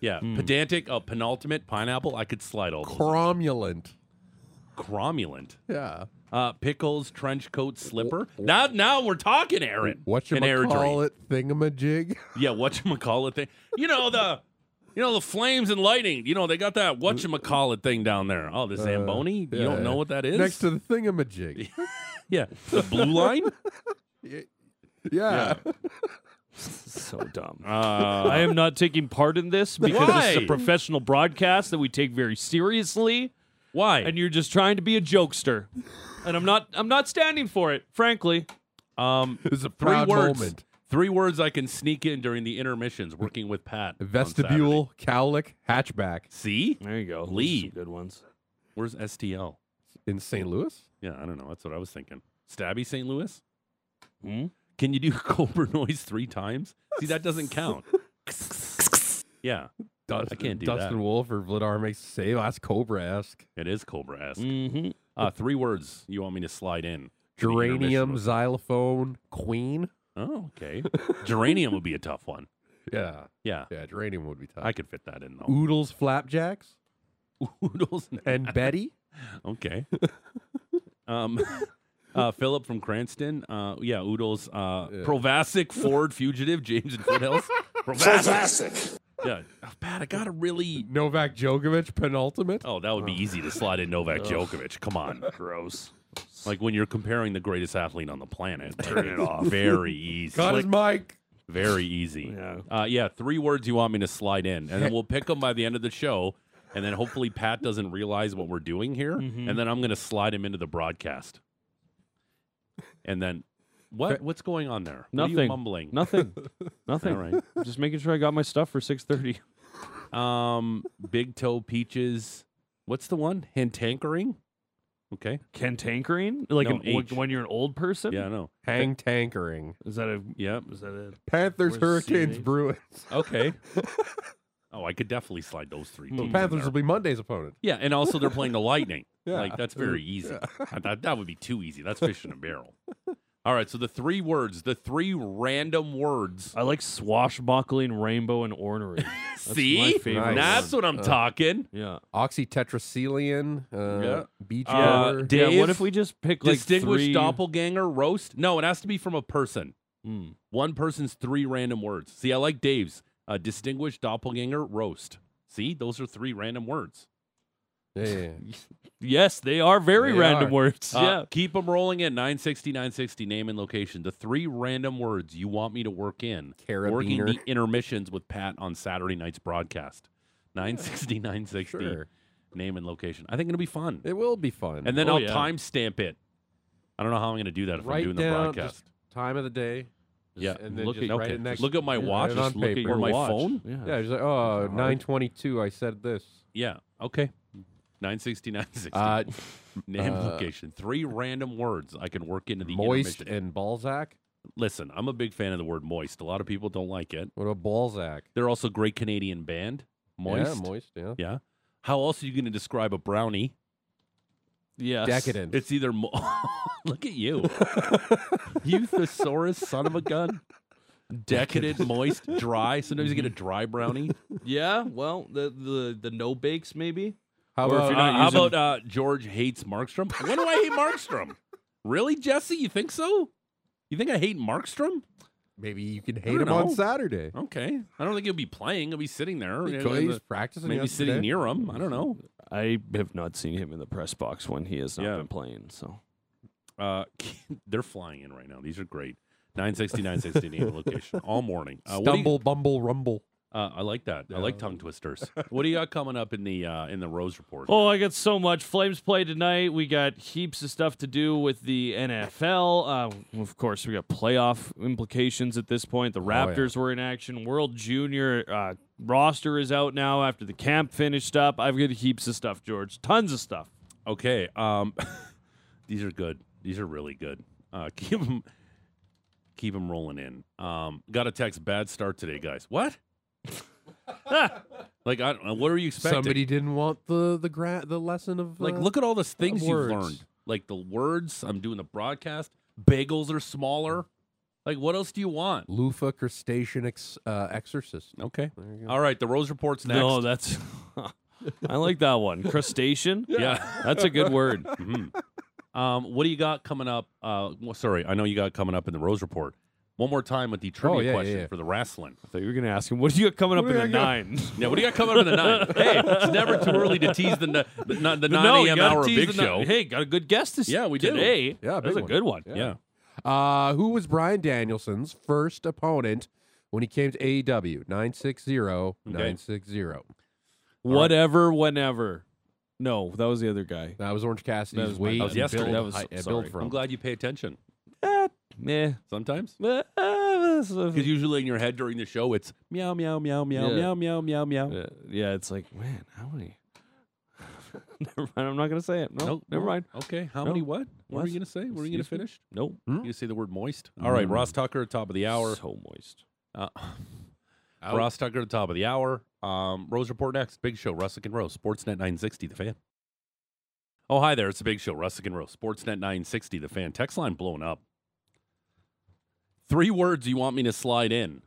[SPEAKER 3] Yeah, pedantic, uh, penultimate, pineapple. I could slide all those.
[SPEAKER 5] Cromulent.
[SPEAKER 3] Cromulent,
[SPEAKER 5] Yeah.
[SPEAKER 3] uh, pickles, trench coat, slipper. Now, now we're talking, Aaron.
[SPEAKER 5] What you
[SPEAKER 3] An Aaron dream.
[SPEAKER 5] call it? Thingamajig.
[SPEAKER 3] Yeah, whatchamacallit thing. You know the you know the flames and lightning, you know, they got that whatchamacallit thing down there. Oh, the Zamboni? you don't
[SPEAKER 5] Uh, yeah.
[SPEAKER 3] know what that is?
[SPEAKER 5] Next to the thingamajig.
[SPEAKER 3] Yeah. The blue line?
[SPEAKER 5] Yeah.
[SPEAKER 4] so dumb.
[SPEAKER 3] Uh,
[SPEAKER 4] I am not taking part in this because this is
[SPEAKER 3] Why?
[SPEAKER 4] a professional broadcast that we take very seriously,
[SPEAKER 3] why?
[SPEAKER 4] and you're just trying to be a jokester, and I'm not. I'm not standing for it, frankly.
[SPEAKER 3] Um,
[SPEAKER 5] This is a
[SPEAKER 3] three
[SPEAKER 5] proud
[SPEAKER 3] words.
[SPEAKER 5] moment.
[SPEAKER 3] Three words I can sneak in during the intermissions. Working with Pat. on Saturday.
[SPEAKER 5] Vestibule, cowlick, hatchback
[SPEAKER 3] See,
[SPEAKER 4] There you go. Those are
[SPEAKER 3] Lee.
[SPEAKER 4] some good ones.
[SPEAKER 3] where's STL?
[SPEAKER 5] in St. Louis.
[SPEAKER 3] Yeah, I don't know. That's what I was thinking. Stabby St. Louis.
[SPEAKER 4] Hmm?
[SPEAKER 3] Can you do Cobra noise three times? See, that doesn't count. yeah,
[SPEAKER 5] Dustin,
[SPEAKER 3] can't do
[SPEAKER 5] Dustin
[SPEAKER 3] that.
[SPEAKER 5] Wolf or Vladar makes a save. That's Cobra esque.
[SPEAKER 3] it is Cobra
[SPEAKER 5] Mm.
[SPEAKER 3] esque.
[SPEAKER 4] Mm-hmm.
[SPEAKER 3] Uh, three words you want me to slide in? for the intermission
[SPEAKER 5] Geranium,
[SPEAKER 3] with-
[SPEAKER 5] xylophone, queen.
[SPEAKER 3] Oh, okay. Geranium would be a tough one.
[SPEAKER 5] Yeah.
[SPEAKER 3] Yeah,
[SPEAKER 5] Yeah, geranium would be tough.
[SPEAKER 3] I could fit that in though.
[SPEAKER 5] Oodles, flapjacks,
[SPEAKER 3] Oodles
[SPEAKER 5] and Betty.
[SPEAKER 3] Okay. um, uh, Philip from Cranston. Uh, yeah, Oodles. Uh, Provasic Ford fugitive James and Foothills. Provasic. yeah. Oh, Pat, I gotta really.
[SPEAKER 5] Novak Djokovic, penultimate.
[SPEAKER 3] Oh, that would be easy to slide in Novak Djokovic. Come on. Gross. Like when you're comparing the greatest athlete on the planet. Turn it off. Very easy.
[SPEAKER 5] Got his mic.
[SPEAKER 3] Very easy.
[SPEAKER 4] Yeah.
[SPEAKER 3] Uh, yeah. Three words you want me to slide in, and then we'll pick them by the end of the show. and then hopefully Pat doesn't realize what we're doing here, and then I'm going to slide him into the broadcast. And then, what what's going on there? What are you
[SPEAKER 4] Nothing.
[SPEAKER 3] mumbling.
[SPEAKER 4] Nothing. Nothing.
[SPEAKER 3] All right.
[SPEAKER 4] I'm Just making sure I got my stuff for 6:30.
[SPEAKER 3] Um, Big Toe Peaches. What's the one? Hintankering? Okay.
[SPEAKER 4] Cantankering? Like
[SPEAKER 3] No,
[SPEAKER 4] an, like
[SPEAKER 3] H.
[SPEAKER 4] when you're an old person?
[SPEAKER 3] Yeah, I know.
[SPEAKER 5] Hang tankering.
[SPEAKER 4] Is that a
[SPEAKER 3] Yeah.
[SPEAKER 4] is that a
[SPEAKER 5] Panthers,
[SPEAKER 4] Where's
[SPEAKER 5] Hurricanes,
[SPEAKER 4] CNH?
[SPEAKER 5] Bruins.
[SPEAKER 3] Okay. oh, I could definitely slide those three. teams in
[SPEAKER 5] Panthers
[SPEAKER 3] there.
[SPEAKER 5] will be Monday's opponent.
[SPEAKER 3] Yeah, and also they're playing the Lightning.
[SPEAKER 5] Yeah.
[SPEAKER 3] Like that's very easy. I thought that would be too easy. That's fish in a barrel. All right, so the three words, the three random words.
[SPEAKER 4] I like swashbuckling, rainbow, and ornery. That's
[SPEAKER 3] See,
[SPEAKER 4] my favorite
[SPEAKER 3] that's
[SPEAKER 4] one.
[SPEAKER 3] what I'm talking.
[SPEAKER 4] Yeah.
[SPEAKER 5] Oxytetracycline, uh, BG.
[SPEAKER 3] Uh,
[SPEAKER 5] or-
[SPEAKER 3] Dave,
[SPEAKER 4] yeah. What if we just pick like
[SPEAKER 3] Distinguished
[SPEAKER 4] three?
[SPEAKER 3] doppelganger roast. No, it has to be from a person. Hmm.
[SPEAKER 4] Mm.
[SPEAKER 3] One person's three random words. See, I like Dave's uh, distinguished doppelganger roast. See, those are three random words.
[SPEAKER 5] Yeah, yeah, yeah.
[SPEAKER 4] Yes, they are very
[SPEAKER 5] They
[SPEAKER 4] random
[SPEAKER 5] are.
[SPEAKER 4] words.
[SPEAKER 3] Uh,
[SPEAKER 4] yeah.
[SPEAKER 3] Keep them rolling at 960, 960, name and location. The three random words you want me to work in. Working
[SPEAKER 5] Carabiner.
[SPEAKER 3] the intermissions with Pat on Saturday night's broadcast. 960, 960,
[SPEAKER 5] Sure.
[SPEAKER 3] name and location. I think it'll be fun.
[SPEAKER 5] It will be fun.
[SPEAKER 3] And then
[SPEAKER 4] Oh,
[SPEAKER 3] I'll
[SPEAKER 4] yeah.
[SPEAKER 3] timestamp it. I don't know how I'm going to do that if I'm
[SPEAKER 5] write
[SPEAKER 3] doing
[SPEAKER 5] down
[SPEAKER 3] the broadcast.
[SPEAKER 5] just time of the day.
[SPEAKER 3] yeah.
[SPEAKER 5] and then
[SPEAKER 4] look
[SPEAKER 5] just
[SPEAKER 4] at-
[SPEAKER 5] write
[SPEAKER 3] okay.
[SPEAKER 5] it next.
[SPEAKER 3] Look at my
[SPEAKER 5] write
[SPEAKER 3] watch,
[SPEAKER 5] it
[SPEAKER 3] just
[SPEAKER 5] on
[SPEAKER 3] look at
[SPEAKER 5] paper.
[SPEAKER 3] your Or my
[SPEAKER 4] watch.
[SPEAKER 3] phone?
[SPEAKER 4] Yeah.
[SPEAKER 5] Yeah, he's like, oh, 922, I said this.
[SPEAKER 3] Yeah. Okay. 960, 960.
[SPEAKER 5] Uh,
[SPEAKER 3] name and
[SPEAKER 5] uh,
[SPEAKER 3] location. Three random words I can work into the
[SPEAKER 5] Moist
[SPEAKER 3] intermission.
[SPEAKER 5] and Balzac.
[SPEAKER 3] Listen, I'm a big fan of the word moist. A lot of people don't like it.
[SPEAKER 5] What about Balzac?
[SPEAKER 3] They're also great Canadian band. Moist.
[SPEAKER 5] Yeah, moist, yeah.
[SPEAKER 3] Yeah. How else are you going to describe a brownie?
[SPEAKER 4] Yes.
[SPEAKER 5] Decadent.
[SPEAKER 3] It's either mo- look at you, you thesaurus son of a gun, decadent, moist, dry. Sometimes you get a dry brownie.
[SPEAKER 4] Yeah. Well, the the the no bakes maybe.
[SPEAKER 5] How
[SPEAKER 4] Or if
[SPEAKER 5] about,
[SPEAKER 4] you're not
[SPEAKER 3] Uh, how
[SPEAKER 4] using-
[SPEAKER 3] about uh, George hates Markstrom? When do I hate Markstrom? Really, Jesse? You think so? You think I hate Markstrom?
[SPEAKER 5] maybe you can
[SPEAKER 3] I
[SPEAKER 5] hate
[SPEAKER 3] don't
[SPEAKER 5] him on
[SPEAKER 3] know.
[SPEAKER 5] Saturday?
[SPEAKER 3] Okay, I don't think he'll be playing. He'll be sitting there, you know,
[SPEAKER 5] Because
[SPEAKER 3] in
[SPEAKER 5] he's
[SPEAKER 3] the-
[SPEAKER 5] practicing
[SPEAKER 3] maybe
[SPEAKER 5] yesterday.
[SPEAKER 3] sitting near him. I don't know.
[SPEAKER 4] I have not seen him in the press box when he has not
[SPEAKER 3] Yeah.
[SPEAKER 4] been playing. So
[SPEAKER 3] Uh, they're flying in right now. These are great. 960, 960 name location all morning. Uh, what do you-
[SPEAKER 5] Stumble, bumble, rumble.
[SPEAKER 3] Uh, I like that. I like tongue twisters. what do you got coming up in the uh, in the Rose report?
[SPEAKER 4] Oh, I got so much. Flames play tonight. We got heaps of stuff to do with the NFL. Uh, of course, we got playoff implications at this point. The
[SPEAKER 5] yeah.
[SPEAKER 4] Raptors were in action. World Junior uh, roster is out now after the camp finished up. I've got heaps of stuff, George. Tons of stuff.
[SPEAKER 3] Okay. Um, these are good. These are really good. Uh, keep them keep 'em rolling in. Um, got a text. Bad start today, guys. What? like I don't know. What are you expecting?
[SPEAKER 5] Somebody didn't want the the gra- the lesson of
[SPEAKER 3] like
[SPEAKER 5] uh,
[SPEAKER 3] look at all the things you've
[SPEAKER 5] words.
[SPEAKER 3] learned. Like the words. I'm doing the broadcast. Bagels are smaller. Like what else do you want?
[SPEAKER 5] Lufa crustacean ex- uh, exorcist.
[SPEAKER 3] Okay.
[SPEAKER 5] There you go.
[SPEAKER 3] All right. The Rose report's next.
[SPEAKER 4] No, that's. I like that one. Crustacean.
[SPEAKER 3] yeah.
[SPEAKER 4] That's a good word.
[SPEAKER 3] Um, what do you got coming up? Uh, well, sorry, I know you got coming up in the Rose Report. One more time with the trivia
[SPEAKER 5] Oh, yeah, yeah,
[SPEAKER 3] question
[SPEAKER 5] yeah.
[SPEAKER 3] for the wrestling.
[SPEAKER 4] I thought you were going to ask him, what do you got coming up in the nine?
[SPEAKER 3] Yeah, what do you got coming up in the nine? Hey, it's never too early to tease the n- the, n- the nine
[SPEAKER 4] no, you
[SPEAKER 3] a.m.
[SPEAKER 4] gotta
[SPEAKER 3] hour
[SPEAKER 4] tease
[SPEAKER 3] big
[SPEAKER 4] the ni-
[SPEAKER 3] show.
[SPEAKER 4] Hey, got a good guest this
[SPEAKER 3] Yeah, we do.
[SPEAKER 4] today.
[SPEAKER 5] Yeah,
[SPEAKER 4] that was a
[SPEAKER 5] big one.
[SPEAKER 4] good one.
[SPEAKER 3] yeah.
[SPEAKER 5] Uh, who was Brian Danielson's first opponent when he came to E AEW? 960 960.
[SPEAKER 4] Whatever, whenever. No, that was the other guy.
[SPEAKER 5] That was Orange
[SPEAKER 4] That
[SPEAKER 5] Cassidy's
[SPEAKER 4] was my-
[SPEAKER 5] weight.
[SPEAKER 4] that was
[SPEAKER 5] and
[SPEAKER 3] yesterday.
[SPEAKER 5] build
[SPEAKER 4] That was-
[SPEAKER 5] height- and
[SPEAKER 4] sorry.
[SPEAKER 5] build from.
[SPEAKER 3] I'm glad you pay attention
[SPEAKER 4] Meh.
[SPEAKER 3] sometimes
[SPEAKER 4] Uh, uh, this-
[SPEAKER 3] because usually in your head during the show it's meow meow meow meow
[SPEAKER 4] Yeah.
[SPEAKER 3] meow meow meow meow.
[SPEAKER 4] uh, yeah, it's like, man, how many? never mind. I'm not going to say it. No,
[SPEAKER 3] Nope.
[SPEAKER 4] never mind.
[SPEAKER 3] Okay, how
[SPEAKER 4] No.
[SPEAKER 3] many what? What were
[SPEAKER 4] What?
[SPEAKER 3] you gonna say? What were you gonna
[SPEAKER 4] Excuse me?
[SPEAKER 3] finish?
[SPEAKER 4] Nope.
[SPEAKER 3] You gonna say the word moist? Hmm? All right, Ross Tucker, top of the hour.
[SPEAKER 4] So moist.
[SPEAKER 3] Uh, Ross Tucker, the top of the hour. Um, Rose Report next. Big Show, Russick and Rose, Sportsnet 960, The Fan. Oh, hi there. It's the Big Show, Russick and Rose, Sportsnet 960, The Fan. Text line blown up. Three words you want me to slide in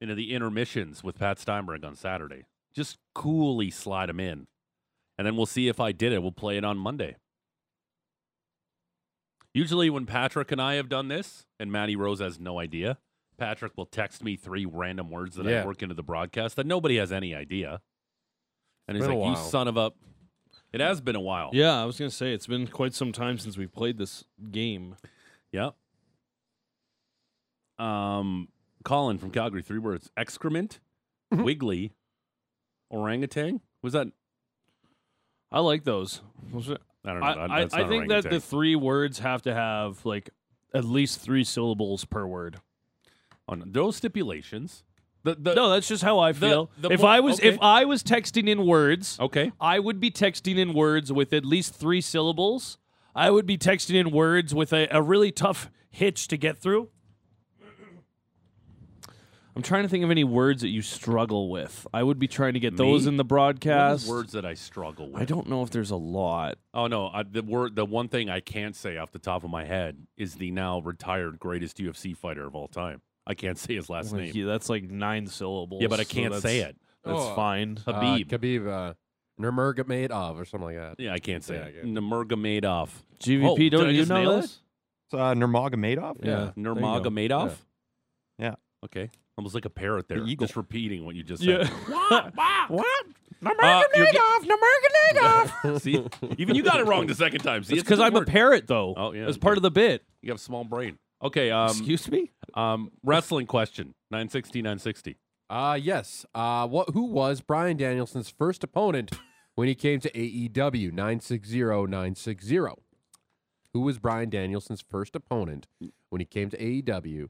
[SPEAKER 3] into the intermissions with Pat Steinberg on Saturday. Just coolly slide them in. And then we'll see if I did it. We'll play it on Monday. Usually, when Patrick and I have done this, and Matty Rose has no idea, Patrick will text me three random words that I
[SPEAKER 5] Yeah.
[SPEAKER 3] work into the broadcast that nobody has any idea. And he's
[SPEAKER 5] Been
[SPEAKER 3] like,
[SPEAKER 5] a
[SPEAKER 3] you
[SPEAKER 5] while."
[SPEAKER 3] son of a. It has been a while.
[SPEAKER 4] Yeah, I was going to say, it's been quite some time since we played this game.
[SPEAKER 3] Yep. Um,
[SPEAKER 4] Mm-hmm.
[SPEAKER 3] Colin from Calgary, three words excrement, wiggly, orangutan. Was that?
[SPEAKER 4] I like those. Those are-
[SPEAKER 3] I don't know.
[SPEAKER 4] I,
[SPEAKER 3] that-
[SPEAKER 4] I,
[SPEAKER 3] that's not
[SPEAKER 4] I
[SPEAKER 3] a
[SPEAKER 4] think that the
[SPEAKER 3] orangutan.
[SPEAKER 4] three words have to have like at least three syllables per word.
[SPEAKER 3] on Oh, those stipulations. The, the,
[SPEAKER 4] No, that's just how I
[SPEAKER 3] The-
[SPEAKER 4] feel.
[SPEAKER 3] the
[SPEAKER 4] if
[SPEAKER 3] more-
[SPEAKER 4] I was
[SPEAKER 3] okay.
[SPEAKER 4] if I was texting in words,
[SPEAKER 3] Okay.
[SPEAKER 4] I would be texting in words with at least three syllables. I would be texting in words with a, a really tough hitch to get through. I'm trying to think of any words that you struggle with. I would be trying to get those
[SPEAKER 3] Me?
[SPEAKER 4] in
[SPEAKER 3] What are
[SPEAKER 4] the
[SPEAKER 3] the
[SPEAKER 4] broadcast.
[SPEAKER 3] words that I struggle with.
[SPEAKER 4] I don't know if there's a lot.
[SPEAKER 3] Oh no, I, the word the one thing I can't say off the top of my head is the now retired greatest UFC fighter of all time. I can't say his last
[SPEAKER 4] Like,
[SPEAKER 3] name.
[SPEAKER 4] yeah, that's like nine syllables.
[SPEAKER 3] yeah, but I
[SPEAKER 4] so
[SPEAKER 3] can't say
[SPEAKER 4] that's-
[SPEAKER 3] it.
[SPEAKER 4] That's
[SPEAKER 5] Oh,
[SPEAKER 4] fine.
[SPEAKER 3] Habib.
[SPEAKER 5] Uh, Khabib, uh, Nurmagomedov or something like that.
[SPEAKER 3] yeah, I can't say
[SPEAKER 5] Yeah, I
[SPEAKER 3] it.
[SPEAKER 5] get it.
[SPEAKER 3] Nurmagomedov. Oh,
[SPEAKER 4] GVP,
[SPEAKER 3] did
[SPEAKER 4] don't
[SPEAKER 3] I
[SPEAKER 4] you
[SPEAKER 3] just nail
[SPEAKER 4] know
[SPEAKER 3] it?
[SPEAKER 4] this?
[SPEAKER 6] It's, uh, Nurmagomedov.
[SPEAKER 4] Yeah, there you go.
[SPEAKER 3] Nurmagomedov.
[SPEAKER 6] Yeah. Yeah.
[SPEAKER 3] Okay. Almost like a parrot there.
[SPEAKER 6] eagle.
[SPEAKER 3] just repeating what you just
[SPEAKER 4] Yeah.
[SPEAKER 3] said. Ah, what? Nurmagomedov. Nurmagomedov. See, even you got it wrong the second time. See,
[SPEAKER 4] It's because I'm a
[SPEAKER 3] parrot.
[SPEAKER 4] parrot, though.
[SPEAKER 3] Oh, yeah,
[SPEAKER 4] As
[SPEAKER 3] okay.
[SPEAKER 4] part of the bit.
[SPEAKER 3] You have a small brain. Okay. Um.
[SPEAKER 4] Excuse me.
[SPEAKER 3] Um. Wrestling question. 960, 960.
[SPEAKER 5] Uh yes. Uh what who was Brian Danielson's first opponent when he came to E AEW 960-960? Who was Brian Danielson's first opponent when he came to E AEW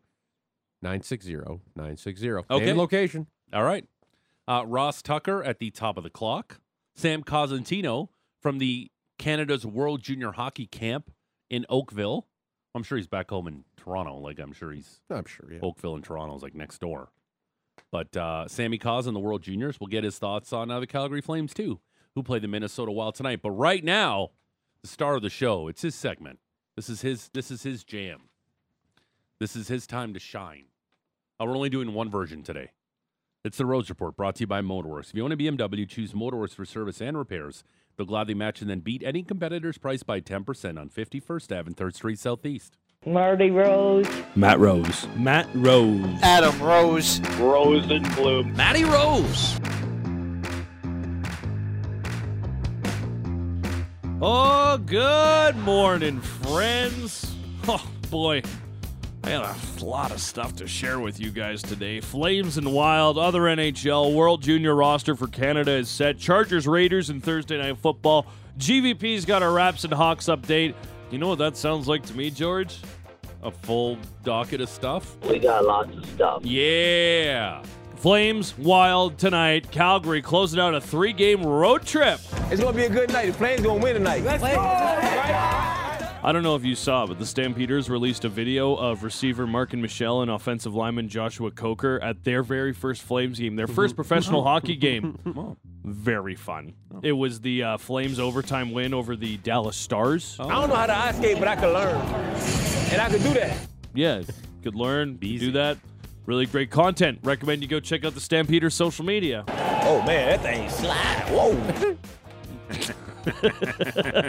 [SPEAKER 5] 960-960?
[SPEAKER 3] Okay.
[SPEAKER 5] Name, location.
[SPEAKER 3] All right. Uh, Ross Tucker at the top of the clock. Sam Cosentino from the Canada's World Junior Hockey Camp in Oakville. I'm sure he's back home in Toronto. Like I'm sure he's
[SPEAKER 5] I'm sure, yeah.
[SPEAKER 3] Oakville and Toronto is like next door. But uh, Sammy Cos in the World Juniors will get his thoughts on uh, the Calgary Flames too, who play the Minnesota Wild tonight. But right now, the star of the show, it's his segment. This is his. This is his jam. This is his time to shine. Uh, we're only doing one version today. It's the Rose Report brought to you by Motorworks. If you own a BMW, choose Motorworks for service and repairs. They'll gladly match and then beat any competitor's price by 10% on 51st Ave and 3rd Street Southeast.
[SPEAKER 7] Marty Rose.
[SPEAKER 4] Matt Rose. Matt Rose.
[SPEAKER 8] Adam Rose.
[SPEAKER 3] Matty Rose!
[SPEAKER 4] Oh, good morning, friends. Oh, boy. I got a lot of stuff to share with you guys today. Flames and Wild, other NHL, World Junior roster for Canada is set. Chargers, Raiders, and Thursday Night Football. GVP's got a Raps and Hawks update. You know what that sounds like to me, George?
[SPEAKER 3] A full docket of stuff?
[SPEAKER 7] We got lots of stuff.
[SPEAKER 3] Yeah.
[SPEAKER 4] Flames, Wild tonight. Calgary closing out a three game road trip.
[SPEAKER 9] It's gonna be a good night. The Flames gonna win tonight.
[SPEAKER 4] I don't know if you saw, but the Stampeders released a video of receiver Mark and Michelle and offensive lineman Joshua Coker at their very first Flames game, their first professional hockey game. Very fun. It was the uh, Flames overtime win over the Dallas Stars.
[SPEAKER 9] I don't know how to ice skate, but I can learn, and I can do that.
[SPEAKER 4] Yeah, could learn, could
[SPEAKER 3] easy.
[SPEAKER 4] do that. Really great content. Recommend you go check out the Stampeders social media.
[SPEAKER 9] Oh man, that thing slide. Whoa.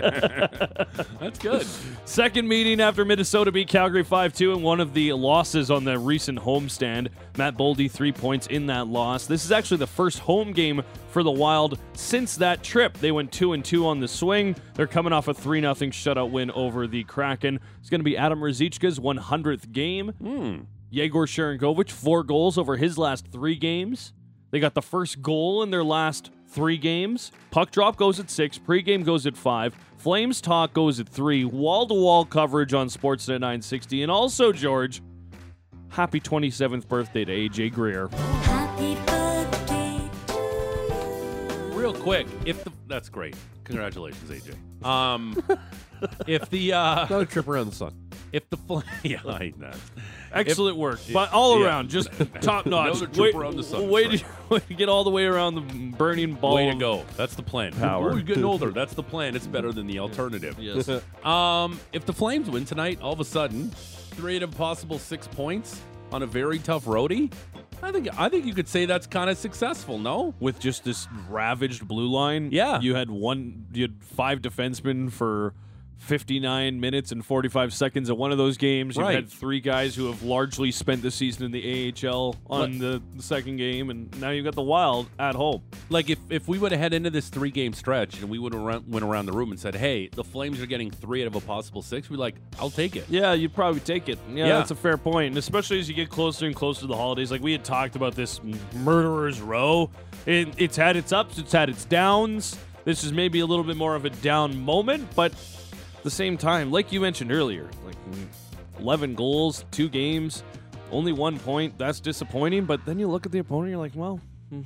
[SPEAKER 3] That's good.
[SPEAKER 4] Second meeting after Minnesota beat Calgary 5 2 and one of the losses on the recent homestand. Matt Boldy, three points in that loss. This is actually the first home game for the Wild since that trip. They went 2 and 2 on the swing. They're coming off a 3 0 shutout win over the Kraken. It's going to be Adam Rizicka's 100th game. Yegor Sharangovich, four goals over his last three games. They got the first goal in their last three games. Puck drop goes at six, pregame goes at five, Flames talk goes at three, wall to wall coverage on Sportsnet 960. And also, George, happy 27th birthday to AJ Greer.
[SPEAKER 10] Happy birthday to
[SPEAKER 3] Real quick, if the, that's great. Congratulations, AJ. Um, if the uh,
[SPEAKER 5] Another trip around the sun.
[SPEAKER 3] if the fl- yeah, I know.
[SPEAKER 4] Excellent work, but all
[SPEAKER 3] yeah.
[SPEAKER 4] around, just top notch.
[SPEAKER 3] Another
[SPEAKER 4] Way,
[SPEAKER 3] trooper on the sun,
[SPEAKER 4] way,
[SPEAKER 3] that's
[SPEAKER 4] to, way to get all the way around the burning ball.
[SPEAKER 3] way to
[SPEAKER 4] of-
[SPEAKER 3] go. That's the plan.
[SPEAKER 4] Power.
[SPEAKER 3] We're getting older. That's the plan. It's better than the alternative.
[SPEAKER 4] Yes.
[SPEAKER 3] Um, if the Flames win tonight, all of a sudden, three out of possible six points on a very tough roadie. I think I think you could say that's kind of successful. No,
[SPEAKER 4] with just this ravaged blue line.
[SPEAKER 3] Yeah.
[SPEAKER 4] you had one, you had five defensemen for 59 minutes and 45 seconds at one of those games. You've
[SPEAKER 3] Right.
[SPEAKER 4] had three guys who have largely spent the season in the AHL on the, the second game, and now you've got the Wild at home.
[SPEAKER 3] Like if, if we would have had into this three game stretch and we would have went around the room and said, "Hey, the Flames are getting three out of a possible six, we like, I'll take it.
[SPEAKER 4] Yeah, you'd probably take it. Yeah,
[SPEAKER 3] Yeah.
[SPEAKER 4] that's a fair point, and especially as you get closer and closer to the holidays. Like we had talked about this murderer's row. It, it's had its ups, it's had its downs. This is maybe a little bit more of a down moment, but at the same time, like you mentioned earlier, like mm, 11 goals, two games, only one point. That's disappointing. But then you look at the opponent, you're like, well, hmm.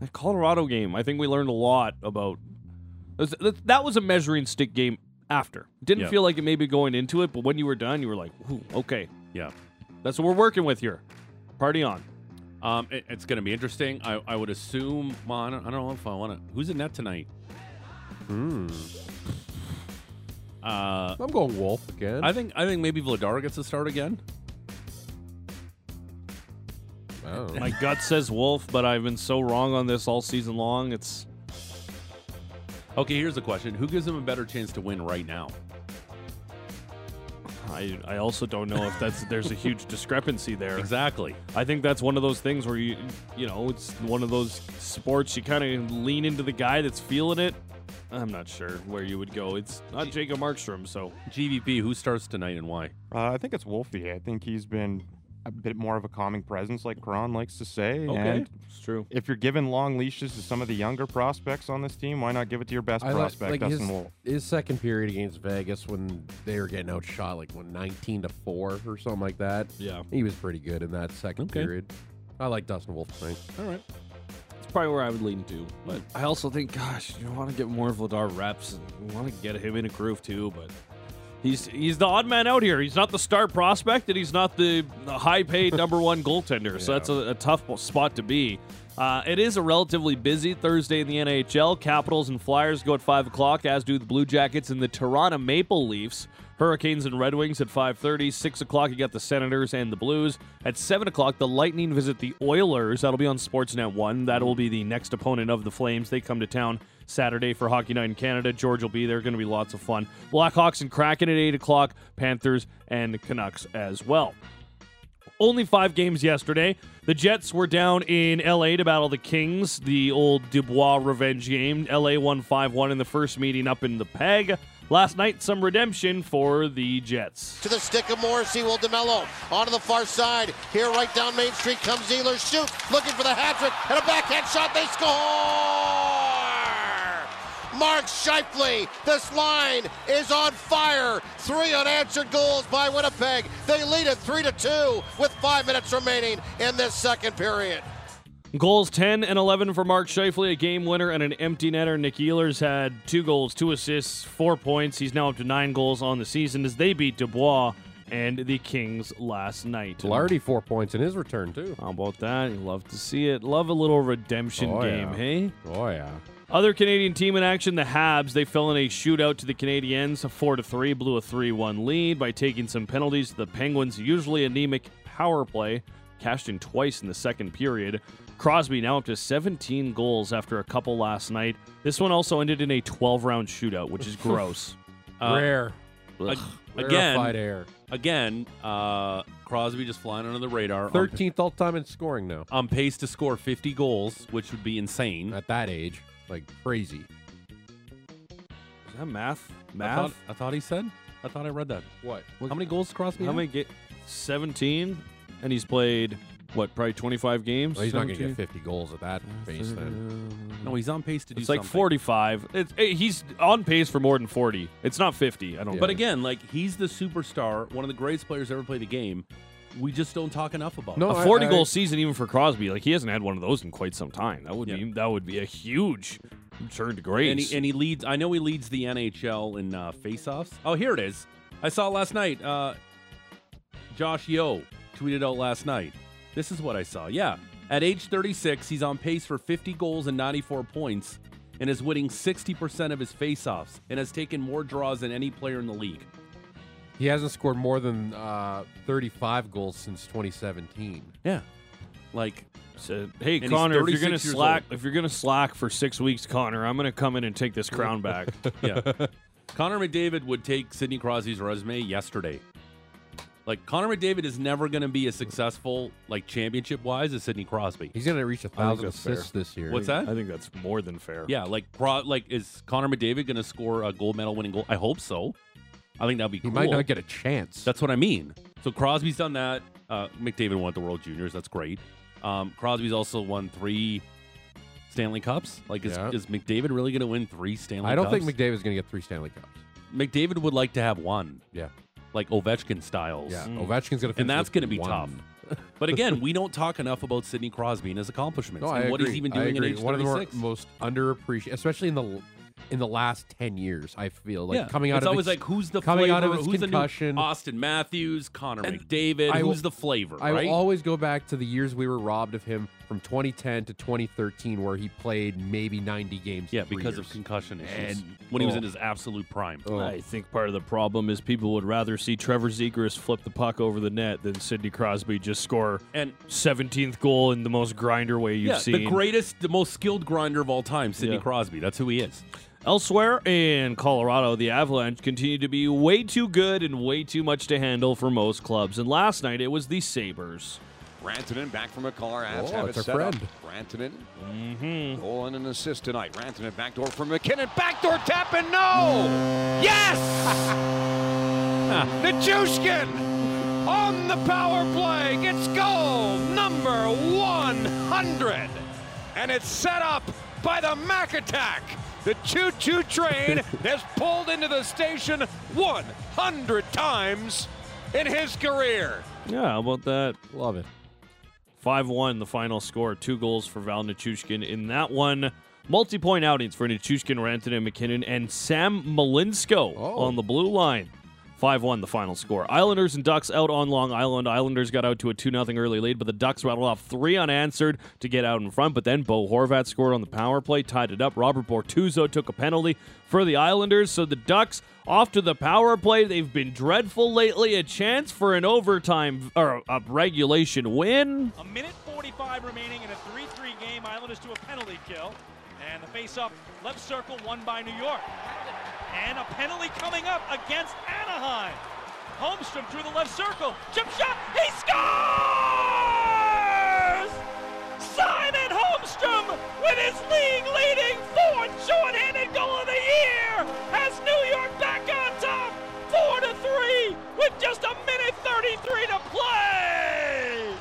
[SPEAKER 4] that Colorado game. I think we learned a lot about. that's- that- That was a measuring stick game. After didn't
[SPEAKER 3] Yeah.
[SPEAKER 4] feel like it maybe going into it, but when you were done, you were like, Ooh, okay,
[SPEAKER 3] Yeah.
[SPEAKER 4] that's what we're working with here. Party on.
[SPEAKER 3] Um, it- it's going to be interesting. I, I would assume. Well, I don't, I don't know if I want to. Who's in net tonight? Hmm. Uh,
[SPEAKER 5] I'm going Wolf again.
[SPEAKER 3] I think I think maybe Vladar gets a start again.
[SPEAKER 5] I don't know.
[SPEAKER 4] My gut says Wolf, but I've been so wrong on this all season long. It's
[SPEAKER 3] Okay, here's the question: Who gives them a better chance to win right now?
[SPEAKER 4] I, I also don't know if that's there's a huge discrepancy there.
[SPEAKER 3] Exactly.
[SPEAKER 4] I think that's one of those things where you you know it's one of those sports you kind of lean into the guy that's feeling it. I'm not sure where you would go. It's not Jacob Markstrom, so
[SPEAKER 3] GVP. Who starts tonight and why?
[SPEAKER 6] Uh, I think it's Wolfie. I think he's been a bit more of a calming presence, like Kron likes to say. And
[SPEAKER 4] it's true.
[SPEAKER 6] if you're giving long leashes to some of the younger prospects on this team, why not give it to your best
[SPEAKER 5] I like,
[SPEAKER 6] prospect,
[SPEAKER 5] like
[SPEAKER 6] Dustin
[SPEAKER 5] his,
[SPEAKER 6] Wolf?
[SPEAKER 5] his second period against Vegas when they were getting outshot like when 19 to 4 or something like that.
[SPEAKER 4] Yeah,
[SPEAKER 5] He was pretty good in that second
[SPEAKER 3] Okay.
[SPEAKER 5] period. I like Dustin Wolf tonight.
[SPEAKER 3] All right.
[SPEAKER 4] it's probably where I would lean to. But I also think, gosh, you want to get more Vladar reps. and You want to get him in a groove too, but. He's, he's the odd man out here. He's not the star prospect, and he's not the, the high paid number one goaltender. So that's a, a tough spot to be. Uh, it is a relatively busy Thursday in the NHL. Capitals and Flyers go at five o'clock, as do the Blue Jackets and the Toronto Maple Leafs. Hurricanes and Red Wings at 5:30. Six o'clock, you got the Senators and the Blues. At seven o'clock, the Lightning visit the Oilers. That'll be on Sportsnet One. That'll be the next opponent of the Flames. They come to town Saturday for Hockey Night in Canada. George will be there. Going to be lots of fun. Blackhawks and Kraken at eight o'clock. Panthers and Canucks as well only five games yesterday. The Jets were down in LA to battle the Kings, the old Dubois revenge game. LA won 5 1 in the first meeting up in the peg. Last night, some redemption for the Jets.
[SPEAKER 8] to the stick of Morrissey. Will DeMello onto the far side. Here, right down Main Street comes Ehlers. Shoot, looking for the hat trick and a backhand shot. They score. Mark Shifley. This line is on fire. Three unanswered goals by Winnipeg. They lead it three to two with five minutes remaining in this second period.
[SPEAKER 4] Goals 10 and 11 for Mark Scheifele, a game winner and an empty netter. Nick Ehlers had two goals, two assists, four points. He's now up to nine goals on the season as they beat Dubois and the Kings last night.
[SPEAKER 5] Lardy four points in his return too.
[SPEAKER 4] How about that? You love to see it. Love a little redemption
[SPEAKER 5] Oh,
[SPEAKER 4] game,
[SPEAKER 5] yeah.
[SPEAKER 4] hey?
[SPEAKER 5] Oh yeah.
[SPEAKER 4] Other Canadian team in action, the Habs. They fell in a shootout to the Canadiens, four to three, blew a three-one lead by taking some penalties to the Penguins' usually anemic power play, cashed in twice in the second period. Crosby now up to 17 goals after a couple last night. This one also ended in a 12-round shootout, which is gross.
[SPEAKER 5] Rare.
[SPEAKER 3] Ag-
[SPEAKER 5] Rarefied
[SPEAKER 3] Uh, again,
[SPEAKER 5] air.
[SPEAKER 3] again, uh, Crosby just flying under the radar. on-
[SPEAKER 5] 13th all time in scoring now.
[SPEAKER 3] on pace to score 50 goals, which would be insane.
[SPEAKER 5] At that age. Like crazy.
[SPEAKER 4] Is that math?
[SPEAKER 3] I
[SPEAKER 4] Math?
[SPEAKER 3] thought, I thought he said. I thought I read that.
[SPEAKER 5] What?
[SPEAKER 3] How many goals Crosby?
[SPEAKER 4] How
[SPEAKER 3] had?
[SPEAKER 4] many get 17? And he's played what, probably 25 games?
[SPEAKER 5] Well, he's not gonna
[SPEAKER 4] 17?
[SPEAKER 5] get fifty goals at that pace then.
[SPEAKER 3] No, he's on pace to do.
[SPEAKER 4] It's like
[SPEAKER 3] something.
[SPEAKER 4] 45. It's, eh, he's on pace for more than 40. It's not 50. I don't.
[SPEAKER 5] Yeah.
[SPEAKER 3] But again, like he's the superstar, one of the greatest players to ever play the game. We just don't talk enough about.
[SPEAKER 5] No,
[SPEAKER 3] him.
[SPEAKER 4] a
[SPEAKER 5] I-
[SPEAKER 4] 40
[SPEAKER 5] I-
[SPEAKER 4] goal season even for Crosby, like he hasn't had one of those in quite some time. That would
[SPEAKER 3] Yeah.
[SPEAKER 4] be that would be a huge turn to grace.
[SPEAKER 3] and he, and he leads. I know he leads the NHL in uh, faceoffs. Oh, here it is. I saw it last night. Uh, Josh Yo tweeted out last night. This is what I saw. Yeah, at age 36, he's on pace for 50 goals and 94 points, and is winning 60 percent of his faceoffs, and has taken more draws than any player in the league.
[SPEAKER 5] He hasn't scored more than uh, thirty-five goals since twenty seventeen.
[SPEAKER 3] Yeah, like
[SPEAKER 4] said, "Hey
[SPEAKER 3] he's
[SPEAKER 4] Connor, if you're
[SPEAKER 3] 36
[SPEAKER 4] gonna
[SPEAKER 3] years
[SPEAKER 4] slack,
[SPEAKER 3] old.
[SPEAKER 4] if you're gonna slack for six weeks, Connor, I'm gonna come in and take this crown back."
[SPEAKER 3] yeah. Connor McDavid would take Sidney Crosby's resume yesterday. Like Connor McDavid is never going to be as successful, like championship wise, as Sidney Crosby.
[SPEAKER 5] He's going to reach a thousand
[SPEAKER 4] that's fair.
[SPEAKER 5] assists this year.
[SPEAKER 3] What's that?
[SPEAKER 4] I think that's more than fair.
[SPEAKER 3] Yeah, like pro, like is Connor McDavid going to score a gold medal winning goal? I hope so. I think that'd be
[SPEAKER 5] He
[SPEAKER 3] cool.
[SPEAKER 5] might not get a chance.
[SPEAKER 3] That's what I mean. So Crosby's done that. Uh, McDavid won at the World Juniors. That's great. Um, Crosby's also won three Stanley Cups. Like, is,
[SPEAKER 5] Yeah.
[SPEAKER 3] is McDavid really going to win three Stanley
[SPEAKER 5] I don't
[SPEAKER 3] Cups?
[SPEAKER 5] think McDavid's going to get three Stanley Cups.
[SPEAKER 3] McDavid would like to have one.
[SPEAKER 5] Yeah.
[SPEAKER 3] Like Ovechkin styles.
[SPEAKER 5] Yeah, Ovechkin's going to,
[SPEAKER 3] Mm. And that's
[SPEAKER 5] going to
[SPEAKER 3] be tough. But again, we don't talk enough about Sidney Crosby and his accomplishments
[SPEAKER 5] No, I
[SPEAKER 3] and
[SPEAKER 5] agree.
[SPEAKER 3] what he's even
[SPEAKER 5] I
[SPEAKER 3] doing at
[SPEAKER 5] agree.
[SPEAKER 3] age
[SPEAKER 5] One of the more,
[SPEAKER 3] 36.
[SPEAKER 5] most underappreciated, especially in the in the last ten years. I feel like
[SPEAKER 3] yeah.
[SPEAKER 5] coming out
[SPEAKER 3] it's
[SPEAKER 5] of
[SPEAKER 3] always
[SPEAKER 5] its-
[SPEAKER 3] like who's the
[SPEAKER 5] coming
[SPEAKER 3] flavor?
[SPEAKER 5] out of its
[SPEAKER 3] who's the
[SPEAKER 5] concussion.
[SPEAKER 3] new Austin Matthews, Connor
[SPEAKER 5] And
[SPEAKER 3] McDavid?
[SPEAKER 5] I will-
[SPEAKER 3] who's the flavor?
[SPEAKER 5] I
[SPEAKER 3] right?
[SPEAKER 5] always go back to the years we were robbed of him from 2010 to 2013, where he played maybe 90 games.
[SPEAKER 3] yeah,
[SPEAKER 5] in three
[SPEAKER 3] because of
[SPEAKER 5] years.
[SPEAKER 3] concussion issues
[SPEAKER 5] And-
[SPEAKER 3] when he was
[SPEAKER 5] oh.
[SPEAKER 3] in his absolute prime.
[SPEAKER 4] I think part of the problem is people would rather see Trevor Zegers flip the puck over the net than Sidney Crosby just score
[SPEAKER 3] And
[SPEAKER 4] 17th goal in the most grinder way you've
[SPEAKER 3] yeah,
[SPEAKER 4] seen.
[SPEAKER 3] the greatest, the most skilled grinder of all time, Sidney
[SPEAKER 4] Yeah.
[SPEAKER 3] Crosby. That's who he is.
[SPEAKER 4] Elsewhere in Colorado, the Avalanche continue to be way too good and way too much to handle for most clubs. And last night it was the Sabres.
[SPEAKER 11] Rantanen back from a car. Avs
[SPEAKER 5] Oh,
[SPEAKER 11] have
[SPEAKER 5] it's
[SPEAKER 11] it
[SPEAKER 5] our
[SPEAKER 11] set up.
[SPEAKER 5] friend.
[SPEAKER 11] Rantanen. Mm-hmm. Goal and an assist tonight. Rantanen backdoor for McKinnon. Backdoor tap and no! Yes! Nichushkin on the power play gets goal number 100. And it's set up by the Mac Attack. The choo-choo train has pulled into the station 100 times in his career.
[SPEAKER 4] Yeah, how about that?
[SPEAKER 5] Love it.
[SPEAKER 4] 5 1, the final score. Two goals for Val Nichushkin in that one. Multi point outings for Nichushkin, Ranton, and McKinnon, and Sam Malinsko
[SPEAKER 5] Oh.
[SPEAKER 4] on the blue line. 5 1, the final score. Islanders and Ducks out on Long Island. Islanders got out to a 2 0 early lead, but the Ducks rattled off three unanswered to get out in front. But then Bo Horvat scored on the power play, tied it up. Robert Bortuzzo took a penalty for the Islanders. So the Ducks off to the power play. They've been dreadful lately. A chance for an overtime or a regulation win.
[SPEAKER 2] A minute 45 remaining in a 3 3 game. Islanders to a penalty kill. And the face off left circle won by New York. And a penalty coming up against Anaheim. Holmstrom through the left circle. Jump shot. He scores! Simon Holmstrom with his league leading fourth shorthanded goal of the year has New York back on top 4 to 3 with just a minute 33 to play.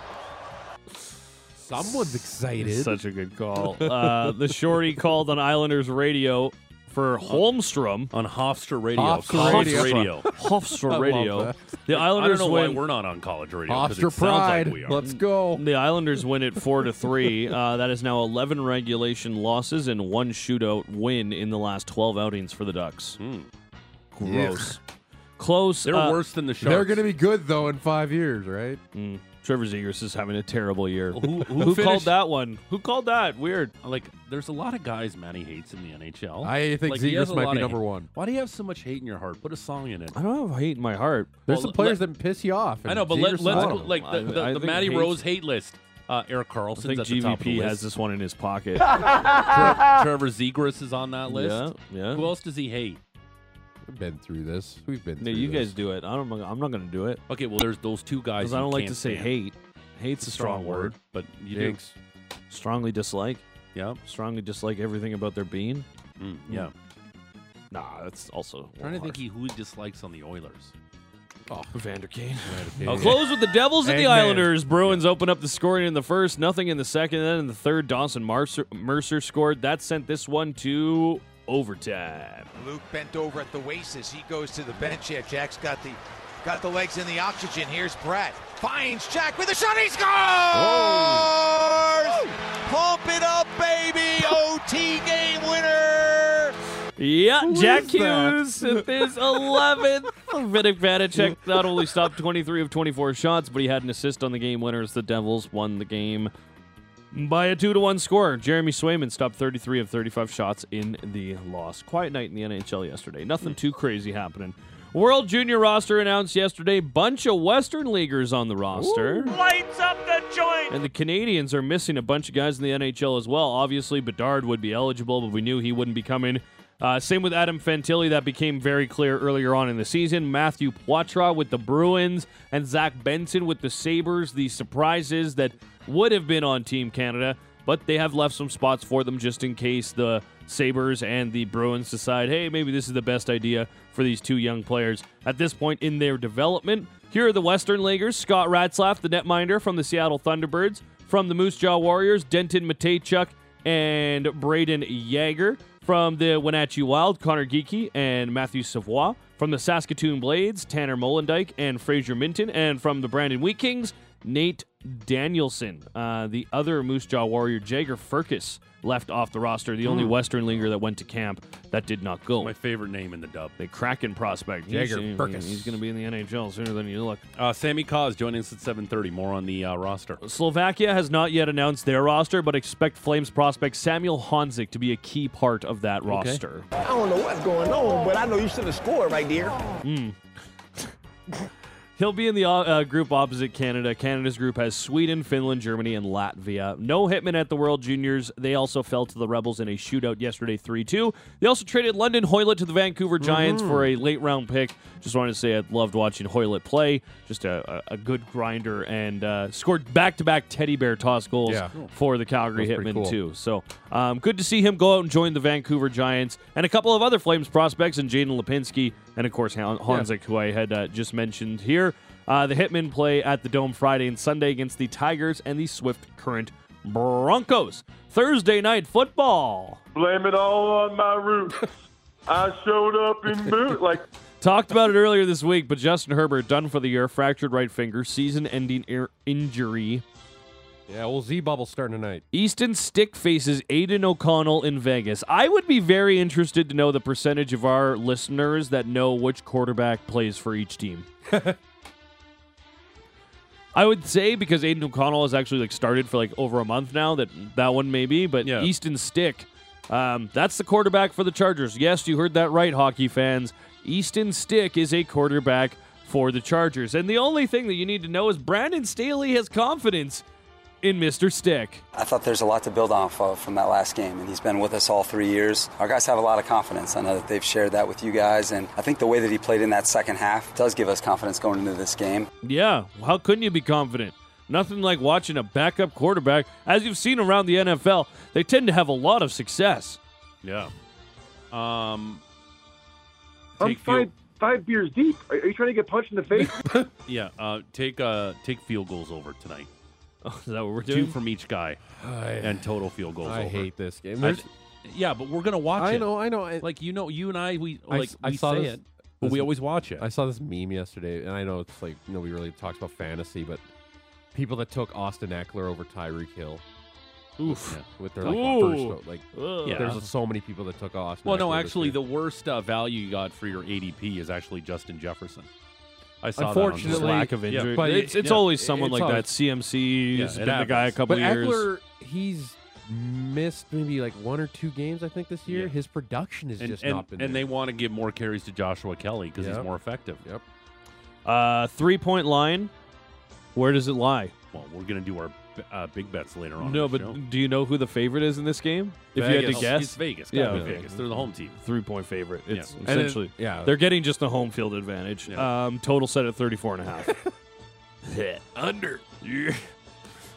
[SPEAKER 5] Someone's excited.
[SPEAKER 4] Such a good call. Uh, the shorty called on Islanders radio for Holmstrom.
[SPEAKER 3] On Hofstra Radio.
[SPEAKER 5] Hofstra
[SPEAKER 3] college
[SPEAKER 5] Radio.
[SPEAKER 4] Hofstra radio.
[SPEAKER 5] that.
[SPEAKER 4] The
[SPEAKER 3] I don't
[SPEAKER 4] Islanders
[SPEAKER 3] know why
[SPEAKER 4] win.
[SPEAKER 3] we're not on college radio. 'cause it
[SPEAKER 5] Hofstra
[SPEAKER 3] sounds
[SPEAKER 5] pride.
[SPEAKER 3] Like we are.
[SPEAKER 5] Let's go.
[SPEAKER 4] The Islanders win it four to three. Uh, that is now eleven regulation losses and one shootout win in the last twelve outings for the Ducks. Gross. Close.
[SPEAKER 3] Hmm. They're
[SPEAKER 4] uh,
[SPEAKER 3] worse than the Sharks.
[SPEAKER 5] They're going to be good though in five years, right?
[SPEAKER 4] Trevor Zegers is having a terrible year.
[SPEAKER 3] Who- who
[SPEAKER 4] called
[SPEAKER 3] finished-
[SPEAKER 4] that one? Who called that? Weird.
[SPEAKER 3] Like, there's a lot of guys Matty hates in the NHL.
[SPEAKER 5] I think
[SPEAKER 3] Like, he has
[SPEAKER 5] Zegers
[SPEAKER 3] a
[SPEAKER 5] might
[SPEAKER 3] lot
[SPEAKER 5] be
[SPEAKER 3] of-
[SPEAKER 5] number one.
[SPEAKER 3] Why do you have so much hate in your heart? Put a song in it.
[SPEAKER 4] I don't have hate in my heart.
[SPEAKER 5] There's
[SPEAKER 3] Well,
[SPEAKER 5] some players that piss you off.
[SPEAKER 3] I
[SPEAKER 5] and
[SPEAKER 3] know, but let,
[SPEAKER 5] Zegers is
[SPEAKER 3] let's
[SPEAKER 5] one
[SPEAKER 3] go,
[SPEAKER 5] of them.
[SPEAKER 3] like
[SPEAKER 4] I-
[SPEAKER 3] the, the,
[SPEAKER 4] I
[SPEAKER 3] the
[SPEAKER 4] think
[SPEAKER 3] Matty
[SPEAKER 4] hate-
[SPEAKER 3] Rose hate list. Uh, Eric
[SPEAKER 4] I
[SPEAKER 3] Carlson's
[SPEAKER 4] think
[SPEAKER 3] at the top of the
[SPEAKER 4] GVP has
[SPEAKER 3] list.
[SPEAKER 4] this one in his pocket.
[SPEAKER 3] Trevor Zegras is on that list.
[SPEAKER 4] Yeah, yeah.
[SPEAKER 3] Who else does he hate?
[SPEAKER 5] We've been through this. We've been.
[SPEAKER 4] no,
[SPEAKER 5] through
[SPEAKER 4] you
[SPEAKER 5] this.
[SPEAKER 4] guys do it. I don't. I'm not going to do it
[SPEAKER 3] Okay, well, there's those two guys.
[SPEAKER 4] because I
[SPEAKER 3] you
[SPEAKER 4] don't like
[SPEAKER 3] can't
[SPEAKER 4] to say
[SPEAKER 3] stand.
[SPEAKER 4] hate. Hate's a strong, word.
[SPEAKER 3] but you
[SPEAKER 5] Jinx.
[SPEAKER 4] Strongly dislike.
[SPEAKER 3] do.
[SPEAKER 4] Mm.
[SPEAKER 3] Yeah,
[SPEAKER 4] Strongly dislike everything about their being.
[SPEAKER 3] mm, yeah.
[SPEAKER 4] Nah, that's also. a little
[SPEAKER 3] trying to think
[SPEAKER 4] harsh.
[SPEAKER 3] he who he dislikes on the Oilers.
[SPEAKER 4] Vander oh, Kane.
[SPEAKER 5] Yeah.
[SPEAKER 4] I'll close with the Devils and the
[SPEAKER 5] Eggman.
[SPEAKER 4] Islanders. Bruins open up the scoring in the first, nothing in the second, then in the third, Dawson Mercer, Mercer scored. That sent this one to overtime.
[SPEAKER 12] Luke bent over at the waist as he goes to the bench. Yeah, Jack's got the got the legs in the oxygen. Here's Brett. Finds Jack with a shot. He scores! Pump it up, baby! OT game winner!
[SPEAKER 4] Yeah,
[SPEAKER 5] Who
[SPEAKER 4] Jack
[SPEAKER 5] is that?
[SPEAKER 4] Hughes with his 11th. Vidic Vanacek not only stopped 23 of 24 shots, but he had an assist on the game winner as the Devils won the game by a 2 to 1 score. Jeremy Swayman stopped 33 of 35 shots in the loss. Quiet night in the NHL yesterday. Nothing too crazy happening. World Junior roster announced yesterday. Bunch of Western leaguers on the roster.
[SPEAKER 2] Lights up the joint.
[SPEAKER 4] And the Canadians are missing a bunch of guys in the NHL as well. Obviously, Bedard would be eligible, but we knew he wouldn't be coming. Uh, same with Adam Fantilli, that became very clear earlier on in the season. Matthew Poitras with the Bruins and Zach Benson with the Sabres, the surprises that would have been on Team Canada, but they have left some spots for them just in case the Sabres and the Bruins decide, hey, maybe this is the best idea for these two young players at this point in their development. Here are the Western Leaguers Scott Ratzlaff, the netminder from the Seattle Thunderbirds, from the Moose Jaw Warriors, Denton Matejchuk and Braden Yeager. From the Wenatchee Wild, Connor Geeky and Matthew Savoy. From the Saskatoon Blades, Tanner Molendike and Fraser Minton. And from the Brandon Wheat Kings, Nate Danielson. Uh, the other Moose Jaw Warrior, Jager Furcus, left off the roster. The only Western Leaguer that went to camp that did not go.
[SPEAKER 3] My favorite name in the dub.
[SPEAKER 4] The Kraken prospect.
[SPEAKER 3] Jager
[SPEAKER 4] He's-
[SPEAKER 3] Furcus.
[SPEAKER 4] He's going to be in the NHL sooner than you look.
[SPEAKER 3] Uh, Sammy Cause joining us at 7:30. More on the uh, roster.
[SPEAKER 4] Slovakia has not yet announced their roster, but expect Flames prospect Samuel Honzik to be a key part of that roster.
[SPEAKER 9] I don't know what's going on, but I know you should have scored right there.
[SPEAKER 4] Mm. He'll be in the uh, group opposite Canada. Canada's group has Sweden, Finland, Germany, and Latvia. No hitman at the World Juniors. They also fell to the Rebels in a shootout yesterday, 3 2. They also traded London Hoylett to the Vancouver Giants
[SPEAKER 3] Mhm.
[SPEAKER 4] for a late round pick. Just wanted to say I loved watching Hoylett play. Just a, a, a good grinder and uh, scored back to back teddy bear toss goals
[SPEAKER 3] Yeah.
[SPEAKER 4] for the Calgary
[SPEAKER 3] That was
[SPEAKER 4] Hitmen,
[SPEAKER 3] pretty cool.
[SPEAKER 4] too. So um, good to see him go out and join the Vancouver Giants and a couple of other Flames prospects, and Jaden Lipinski, and of course Han- Hanzik, who I had uh, just mentioned here. Uh, the Hitmen play at the Dome Friday and Sunday against the Tigers and the Swift Current Broncos. Thursday night football.
[SPEAKER 13] Blame it all on my roots. I showed up in boot like
[SPEAKER 4] Talked about it earlier this week, but Justin Herbert done for the year, fractured right finger, season-ending ear injury.
[SPEAKER 5] Yeah, old Z bubble starting tonight.
[SPEAKER 4] Easton Stick faces Aiden O'Connell in Vegas. I would be very interested to know the percentage of our listeners that know which quarterback plays for each team. I would say because Aiden O'Connell has actually like started for like over a month now that that one may be, but Easton Stick, um, that's the quarterback for the Chargers. Yes, you heard that right, hockey fans. Easton Stick is a quarterback for the Chargers, and the only thing that you need to know is Brandon Staley has confidence in Mr. Stick.
[SPEAKER 14] I thought there's a lot to build off of from that last game, and he's been with us all three years. Our guys have a lot of confidence. I know that they've shared that with you guys, and I think the way that he played in that second half does give us confidence going into this game.
[SPEAKER 4] Yeah, how couldn't you be confident? Nothing like watching a backup quarterback. As you've seen around the NFL, they tend to have a lot of success.
[SPEAKER 3] Yeah. Um.
[SPEAKER 13] I'm
[SPEAKER 3] Take field-
[SPEAKER 13] five five beers deep. Are, are you trying to get punched in the face?
[SPEAKER 3] Yeah. Uh, take uh, take field goals over tonight.
[SPEAKER 4] is that what we're
[SPEAKER 3] Two
[SPEAKER 4] doing?
[SPEAKER 3] from each guy,
[SPEAKER 5] I-
[SPEAKER 3] and total field goals.
[SPEAKER 5] I
[SPEAKER 3] over.
[SPEAKER 5] hate this game.
[SPEAKER 3] I
[SPEAKER 5] There's-
[SPEAKER 3] th- yeah, but we're gonna watch
[SPEAKER 5] I
[SPEAKER 3] it.
[SPEAKER 5] know, I know. I,
[SPEAKER 3] like you know, you and I, we
[SPEAKER 5] I
[SPEAKER 3] like
[SPEAKER 5] s- I
[SPEAKER 3] we
[SPEAKER 5] saw
[SPEAKER 3] say
[SPEAKER 5] this-
[SPEAKER 3] it, but we
[SPEAKER 5] this-
[SPEAKER 3] always watch it.
[SPEAKER 5] I saw this meme yesterday, and I know it's like nobody really talks about fantasy, but people that took Austin Eckler over Tyreek Hill.
[SPEAKER 4] Oof.
[SPEAKER 5] With, with their
[SPEAKER 3] Ooh.
[SPEAKER 5] like, first, like
[SPEAKER 3] Ugh. Yeah.
[SPEAKER 5] there's so many people that took Austin.
[SPEAKER 3] Well, no,
[SPEAKER 5] Eckler this
[SPEAKER 3] actually,
[SPEAKER 5] year.
[SPEAKER 3] the worst uh, value you got for your ADP is actually Justin Jefferson. I saw
[SPEAKER 4] Unfortunately,
[SPEAKER 3] that on
[SPEAKER 4] lack of injury. it's it's always someone like that. CMC
[SPEAKER 3] Yeah,
[SPEAKER 4] has
[SPEAKER 3] it
[SPEAKER 4] been the guy a
[SPEAKER 3] happens.
[SPEAKER 4] couple
[SPEAKER 5] but
[SPEAKER 4] years.
[SPEAKER 5] Eckler, he's missed maybe like one or two games, I think, this year. His production has
[SPEAKER 3] and,
[SPEAKER 5] just
[SPEAKER 3] and,
[SPEAKER 5] not been.
[SPEAKER 3] and
[SPEAKER 5] there.
[SPEAKER 3] they want to give more carries to Joshua Kelly because
[SPEAKER 5] Yep.
[SPEAKER 3] he's more effective.
[SPEAKER 5] Yep.
[SPEAKER 4] Uh, three point line. Where does it lie?
[SPEAKER 3] Well, we're gonna do our uh, big bets later on.
[SPEAKER 4] No,
[SPEAKER 3] in the
[SPEAKER 4] but
[SPEAKER 3] show.
[SPEAKER 4] do you know who the favorite is in this game? If you had
[SPEAKER 3] Vegas.
[SPEAKER 4] to guess,
[SPEAKER 3] It's Vegas. Gotta be Vegas. They're the home team.
[SPEAKER 4] Three point favorite.
[SPEAKER 3] Yeah.
[SPEAKER 4] It's
[SPEAKER 3] And then-
[SPEAKER 4] essentially.
[SPEAKER 3] yeah.
[SPEAKER 4] They're getting just the home field advantage. Um, total set at 34 and a half. Under.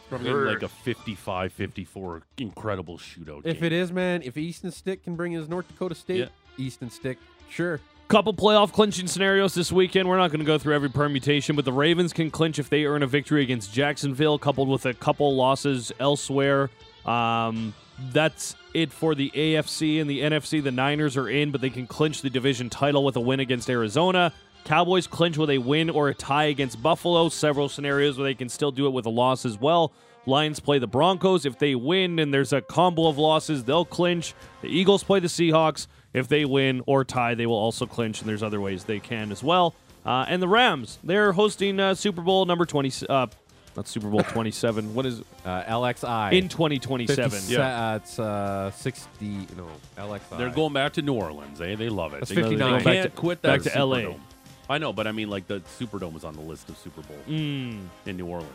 [SPEAKER 3] Probably gonna be like a 55 54 incredible shootout.
[SPEAKER 5] if
[SPEAKER 3] game.
[SPEAKER 5] it is, man, if Easton Stick can bring his North Dakota State Easton Stick, sure.
[SPEAKER 4] Couple playoff clinching scenarios this weekend. We're not going to go through every permutation, but the Ravens can clinch if they earn a victory against Jacksonville, coupled with a couple losses elsewhere. Um, that's it for the AFC and the NFC. The Niners are in, but they can clinch the division title with a win against Arizona. Cowboys clinch with a win or a tie against Buffalo. Several scenarios where they can still do it with a loss as well. Lions play the Broncos. If they win and there's a combo of losses, they'll clinch. The Eagles play the Seahawks. If they win or tie, they will also clinch, and there's other ways they can as well. Uh, and the Rams, they're hosting uh, Super Bowl number 20, uh, not Super Bowl 27. What is it?
[SPEAKER 5] Uh, LXI.
[SPEAKER 4] In 2027.
[SPEAKER 5] 50 uh, it's uh, 60. No, LXI.
[SPEAKER 3] They're going back to New Orleans. Eh? They love it.
[SPEAKER 5] That's
[SPEAKER 3] They- they
[SPEAKER 5] 59.
[SPEAKER 3] can't
[SPEAKER 5] Back to-
[SPEAKER 3] quit that
[SPEAKER 5] back to LA.
[SPEAKER 3] Superdome. I know, but I mean, like the Superdome was on the list of Super Bowl
[SPEAKER 4] Mm.
[SPEAKER 3] in New Orleans.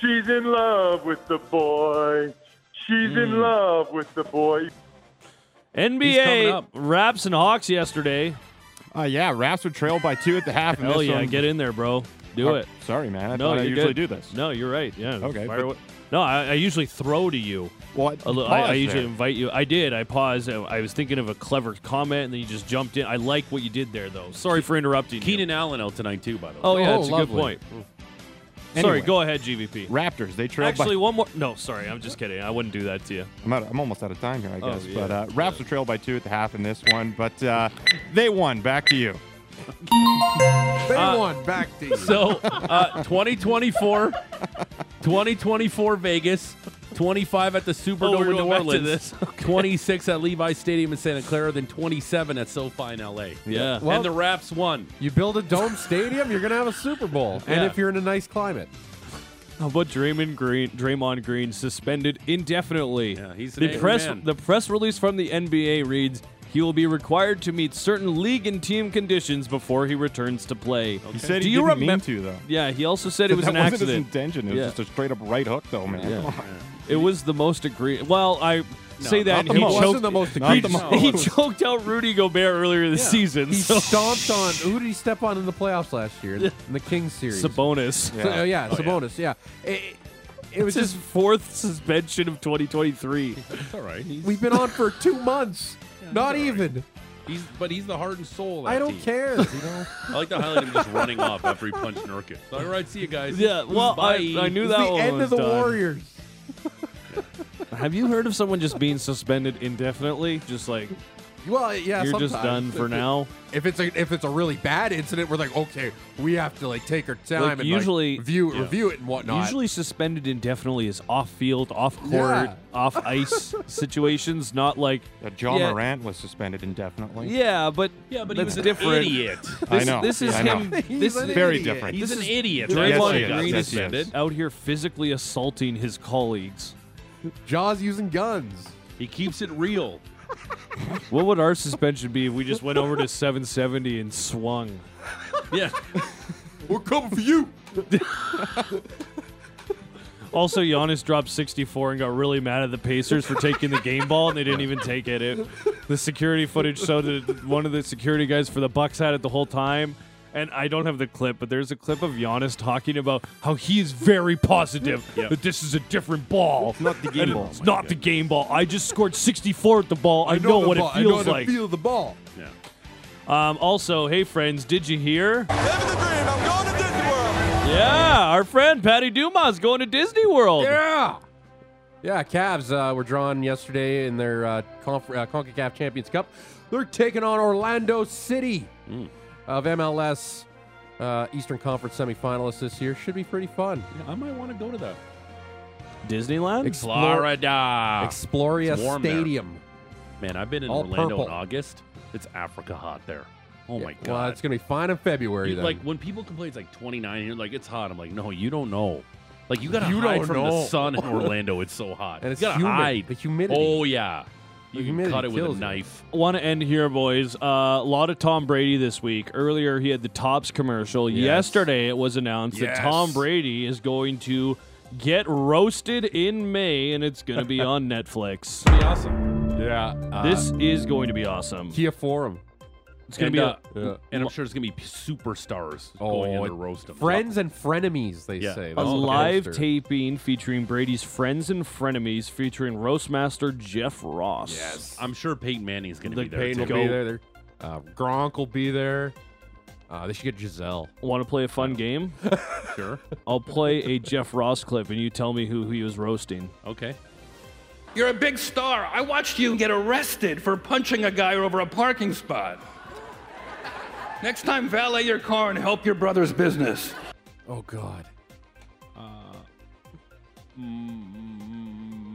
[SPEAKER 13] She's in
[SPEAKER 4] Mm.
[SPEAKER 13] love with the boy. She's in love with the boy.
[SPEAKER 4] NBA Raps and Hawks yesterday.
[SPEAKER 6] Uh, yeah, Raps were trailed by two at the half. and
[SPEAKER 4] Hell
[SPEAKER 6] this
[SPEAKER 4] yeah,
[SPEAKER 6] one-
[SPEAKER 4] get in there, bro. Do
[SPEAKER 6] Oh,
[SPEAKER 4] it.
[SPEAKER 6] Sorry, man. I
[SPEAKER 4] no,
[SPEAKER 6] thought I
[SPEAKER 4] you're
[SPEAKER 6] usually
[SPEAKER 4] good.
[SPEAKER 6] do this.
[SPEAKER 4] No, you're right. Yeah.
[SPEAKER 6] Okay,
[SPEAKER 4] fire
[SPEAKER 6] but-
[SPEAKER 4] away. No, I, I usually throw to you.
[SPEAKER 6] What?
[SPEAKER 4] I, I
[SPEAKER 6] Pause
[SPEAKER 4] usually
[SPEAKER 6] there.
[SPEAKER 4] invite you. I did. I paused. I, I was thinking of a clever comment, and then you just jumped in. I like what you did there, though. Sorry for interrupting.
[SPEAKER 3] Keenan Allen out tonight too, by the way.
[SPEAKER 4] Oh yeah,
[SPEAKER 6] Oh,
[SPEAKER 4] that's a good
[SPEAKER 6] lovely. Mm.
[SPEAKER 4] point. Sorry,
[SPEAKER 6] Anyway.
[SPEAKER 4] go ahead, GVP.
[SPEAKER 6] Raptors. They trailed by
[SPEAKER 4] Actually, one more. No, sorry, I'm just kidding. I wouldn't do that to you.
[SPEAKER 6] I'm, out, I'm almost out of time here, I
[SPEAKER 4] Oh,
[SPEAKER 6] guess.
[SPEAKER 4] yeah.
[SPEAKER 6] But uh, Raps were trailed by two at the half in this one, but uh, they won. Back to you.
[SPEAKER 5] They
[SPEAKER 3] Uh,
[SPEAKER 5] won. Back to you.
[SPEAKER 3] So, uh, 2024, 2024 Vegas, 25 at the
[SPEAKER 4] Oh,
[SPEAKER 3] Superdome
[SPEAKER 4] we're
[SPEAKER 3] in New
[SPEAKER 4] going back to
[SPEAKER 3] Orleans,
[SPEAKER 4] this. Okay.
[SPEAKER 3] 26 at Levi's Stadium in Santa Clara, then 27 at SoFi in LA.
[SPEAKER 4] Yeah.
[SPEAKER 5] Well-
[SPEAKER 3] and the Raps won.
[SPEAKER 5] You build a dome stadium, you're gonna have a Super Bowl, and
[SPEAKER 4] Yeah.
[SPEAKER 5] if you're in a nice climate,
[SPEAKER 4] How about Draymond Green? Draymond Green suspended indefinitely. Yeah,
[SPEAKER 3] he's an
[SPEAKER 4] the
[SPEAKER 3] angry
[SPEAKER 4] press.
[SPEAKER 3] man.
[SPEAKER 4] The press release from the NBA reads he will be required to meet certain league and team conditions before he returns to play.
[SPEAKER 6] He said
[SPEAKER 4] Do
[SPEAKER 6] he
[SPEAKER 4] you
[SPEAKER 6] didn't mean
[SPEAKER 4] remem-
[SPEAKER 6] to, though.
[SPEAKER 4] Yeah, he also said it was
[SPEAKER 6] that
[SPEAKER 4] an
[SPEAKER 6] wasn't
[SPEAKER 4] accident.
[SPEAKER 6] his intention. It was
[SPEAKER 4] Yeah.
[SPEAKER 6] just a straight up right hook, though, man.
[SPEAKER 4] Yeah.
[SPEAKER 6] Come on.
[SPEAKER 4] It was the most agree. Well, I say that
[SPEAKER 6] not the
[SPEAKER 4] he
[SPEAKER 6] most.
[SPEAKER 4] choked.
[SPEAKER 5] wasn't the most
[SPEAKER 6] Not the
[SPEAKER 5] egregious.
[SPEAKER 6] most.
[SPEAKER 4] He choked out Rudy Gobert earlier this season.
[SPEAKER 5] He
[SPEAKER 4] so-
[SPEAKER 5] stomped on. Who did he step on in the playoffs last year? In the Kings series.
[SPEAKER 4] Sabonis.
[SPEAKER 5] So- oh, yeah, Sabonis. Yeah. Eh, It, it was
[SPEAKER 4] It's his
[SPEAKER 5] just
[SPEAKER 4] fourth suspension of 2023.
[SPEAKER 3] It's all right. He's,
[SPEAKER 5] we've been on for two months. Not even.
[SPEAKER 3] he's but he's the heart and soul. Of that
[SPEAKER 5] I don't
[SPEAKER 3] team.
[SPEAKER 5] care. You know.
[SPEAKER 3] I like to highlight him just running off after he punched Nurkic. All right, see you guys.
[SPEAKER 4] Yeah, well, I,
[SPEAKER 3] Bye.
[SPEAKER 4] I knew
[SPEAKER 5] It's
[SPEAKER 4] that
[SPEAKER 5] the
[SPEAKER 4] one
[SPEAKER 5] end
[SPEAKER 4] was
[SPEAKER 5] of the
[SPEAKER 4] done.
[SPEAKER 5] Warriors.
[SPEAKER 4] Have you heard of someone just being suspended indefinitely? Just like
[SPEAKER 5] Well, yeah.
[SPEAKER 4] you're just done
[SPEAKER 5] sometimes. If
[SPEAKER 4] for
[SPEAKER 5] it-
[SPEAKER 4] now.
[SPEAKER 5] If it's a if it's a really bad incident, we're like, okay, we have to like take our time
[SPEAKER 4] Like,
[SPEAKER 5] and like,
[SPEAKER 4] usually-
[SPEAKER 5] view
[SPEAKER 3] yeah.
[SPEAKER 5] review it and whatnot.
[SPEAKER 4] Usually, suspended indefinitely is off field, off court,
[SPEAKER 5] Yeah.
[SPEAKER 4] off ice situations. Not like
[SPEAKER 6] Uh, John
[SPEAKER 4] Yeah.
[SPEAKER 6] Morant was suspended indefinitely.
[SPEAKER 4] yeah, but
[SPEAKER 3] Yeah, but he
[SPEAKER 4] that's
[SPEAKER 3] was an
[SPEAKER 4] different.
[SPEAKER 3] idiot.
[SPEAKER 6] I
[SPEAKER 4] This,
[SPEAKER 6] know,
[SPEAKER 4] This is
[SPEAKER 6] I know.
[SPEAKER 4] him.
[SPEAKER 5] He's
[SPEAKER 4] This
[SPEAKER 5] an
[SPEAKER 4] is
[SPEAKER 6] Very
[SPEAKER 5] idiot.
[SPEAKER 6] different.
[SPEAKER 3] He's
[SPEAKER 4] This
[SPEAKER 3] an
[SPEAKER 4] is
[SPEAKER 3] idiot.
[SPEAKER 4] Draymond
[SPEAKER 6] yes,
[SPEAKER 4] Green
[SPEAKER 6] yes,
[SPEAKER 4] is
[SPEAKER 6] yes.
[SPEAKER 4] out here physically assaulting his colleagues.
[SPEAKER 5] Jaws using guns.
[SPEAKER 3] He keeps it real.
[SPEAKER 4] What would our suspension be if we just went over to 770 and swung?
[SPEAKER 3] Yeah.
[SPEAKER 5] We're coming for you.
[SPEAKER 4] Also, Giannis dropped 64 and got really mad at the Pacers for taking the game ball, and they didn't even take it. it the security footage showed that one of the security guys for the Bucks had it the whole time. And I don't have the clip, but there's a clip of Giannis talking about how he is very positive
[SPEAKER 3] Yep.
[SPEAKER 4] that this is a different ball. It's
[SPEAKER 6] not the game ball.
[SPEAKER 4] It's not the game ball. I just scored 64 at the ball. I, know,
[SPEAKER 5] the
[SPEAKER 4] what
[SPEAKER 5] ball.
[SPEAKER 4] it feels
[SPEAKER 5] I know
[SPEAKER 4] like.
[SPEAKER 5] The feel of the ball.
[SPEAKER 3] Yeah.
[SPEAKER 4] um, also, hey friends, did you hear?
[SPEAKER 9] Living the dream. I'm going to Disney World.
[SPEAKER 4] Yeah, our friend Patty Dumas going to Disney World.
[SPEAKER 5] Yeah. Yeah, Cavs uh, were drawn yesterday in their uh, conf- uh, CONCACAF Champions Cup. They're taking on Orlando City
[SPEAKER 4] Mm.
[SPEAKER 5] of MLS uh, Eastern Conference semifinalists this year. Should be pretty fun.
[SPEAKER 3] I might want to go to that.
[SPEAKER 4] Disneyland. Ah,
[SPEAKER 3] Florida.
[SPEAKER 5] Exploria
[SPEAKER 3] It's warm there.
[SPEAKER 5] Stadium.
[SPEAKER 3] Man, I've been in
[SPEAKER 5] All
[SPEAKER 3] Orlando
[SPEAKER 5] purple.
[SPEAKER 3] in August. It's Africa hot there. Oh my god.
[SPEAKER 5] Well, it's going to be fine in February,
[SPEAKER 3] You-
[SPEAKER 5] then.
[SPEAKER 3] like when people complain it's like 29 here, like it's hot. I'm like, no, you don't know. Like you gotta
[SPEAKER 5] You
[SPEAKER 3] hide
[SPEAKER 5] don't
[SPEAKER 3] from
[SPEAKER 5] know.
[SPEAKER 3] the sun in Orlando. It's so hot.
[SPEAKER 5] and it's
[SPEAKER 3] you gotta
[SPEAKER 5] humid.
[SPEAKER 3] hide.
[SPEAKER 5] The humidity.
[SPEAKER 3] Oh yeah,
[SPEAKER 5] The
[SPEAKER 3] you can
[SPEAKER 5] humidity
[SPEAKER 3] cut it with a
[SPEAKER 5] kills you.
[SPEAKER 3] knife.
[SPEAKER 4] want to end here, boys. Uh, a lot of Tom Brady this week. Earlier, he had the Tops commercial. Yesterday, it was announced
[SPEAKER 5] Yes.
[SPEAKER 4] that Tom Brady is going to get roasted in May, and it's going to be on Netflix.
[SPEAKER 3] Pretty awesome.
[SPEAKER 5] Yeah. Uh,
[SPEAKER 4] This is going to be awesome.
[SPEAKER 5] Kia Forum.
[SPEAKER 4] It's going
[SPEAKER 3] and,
[SPEAKER 4] to be
[SPEAKER 3] uh,
[SPEAKER 4] a-
[SPEAKER 5] Yeah. Oh,
[SPEAKER 3] and I'm sure it's gonna be superstars going in
[SPEAKER 5] it-
[SPEAKER 3] to roast them.
[SPEAKER 5] Friends and frenemies, they
[SPEAKER 3] Yeah.
[SPEAKER 5] say.
[SPEAKER 4] a,
[SPEAKER 5] That's the
[SPEAKER 4] live
[SPEAKER 5] poster.
[SPEAKER 4] taping featuring Brady's friends and frenemies, featuring roastmaster Jeff Ross.
[SPEAKER 5] Yes.
[SPEAKER 3] I'm sure Peyton Manning's gonna be
[SPEAKER 4] The
[SPEAKER 3] there.
[SPEAKER 4] Peyton
[SPEAKER 5] will
[SPEAKER 3] too.
[SPEAKER 5] be there. There- Uh, Gronk will be there. Uh, they should get Giselle.
[SPEAKER 4] Want to play a fun game?
[SPEAKER 3] Sure.
[SPEAKER 4] I'll play a Jeff Ross clip, and you tell me who he was roasting.
[SPEAKER 3] Okay.
[SPEAKER 15] You're a big star. I watched you get arrested for punching a guy over a parking spot. Next time, valet your car and help your brother's business.
[SPEAKER 5] Oh God.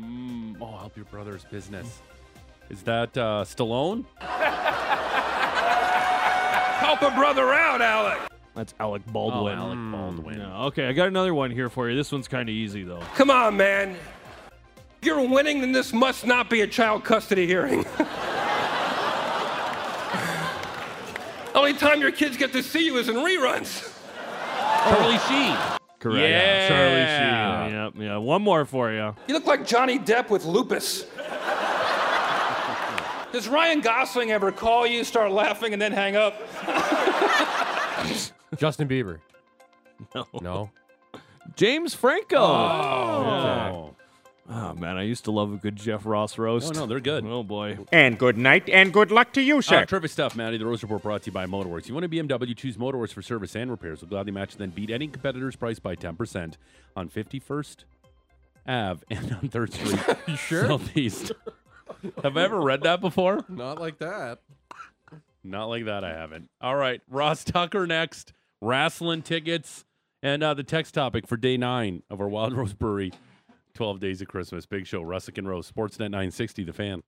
[SPEAKER 3] Mm, oh, help your brother's business. Is that uh, Stallone?
[SPEAKER 15] Help a brother out, Alec.
[SPEAKER 4] That's Alec Baldwin.
[SPEAKER 3] Oh, Alec Baldwin.
[SPEAKER 4] Yeah, okay, I got another one here for you. This one's kind of easy though.
[SPEAKER 15] Come on, man. If you're winning, then this must not be a child custody hearing. Only time your kids get to see you is in reruns.
[SPEAKER 3] Charlie Sheen.
[SPEAKER 4] Correct.
[SPEAKER 3] Yeah.
[SPEAKER 4] Charlie Sheen. Yep. Yeah. One more for you.
[SPEAKER 15] You look like Johnny Depp with lupus.
[SPEAKER 3] Does Ryan Gosling ever call you, start laughing, and then hang up?
[SPEAKER 5] Justin Bieber.
[SPEAKER 6] No.
[SPEAKER 5] No.
[SPEAKER 6] James Franco.
[SPEAKER 5] Oh.
[SPEAKER 6] Oh, man, I used to love a good Jeff Ross roast.
[SPEAKER 4] No, no, they're good.
[SPEAKER 6] Oh boy.
[SPEAKER 4] And good night and good luck to you,
[SPEAKER 6] sir.
[SPEAKER 4] terrific stuff, Matty. The Rose Report brought to you by Motorworks. You want a BMW? Choose Motorworks for service and repairs. We'll gladly match and then beat any competitor's price by 10% on 51st Ave and on 3rd Street. you
[SPEAKER 5] sure?
[SPEAKER 4] Southeast. Have I ever read that before?
[SPEAKER 5] Not like that.
[SPEAKER 4] Not like that, I haven't. All right, Ross Tucker next. Wrestling tickets and uh, the text topic for day nine of our Wild Rose Brewery 12 Days of Christmas Big Show. Russick and Rose, Sportsnet 960, The Fan.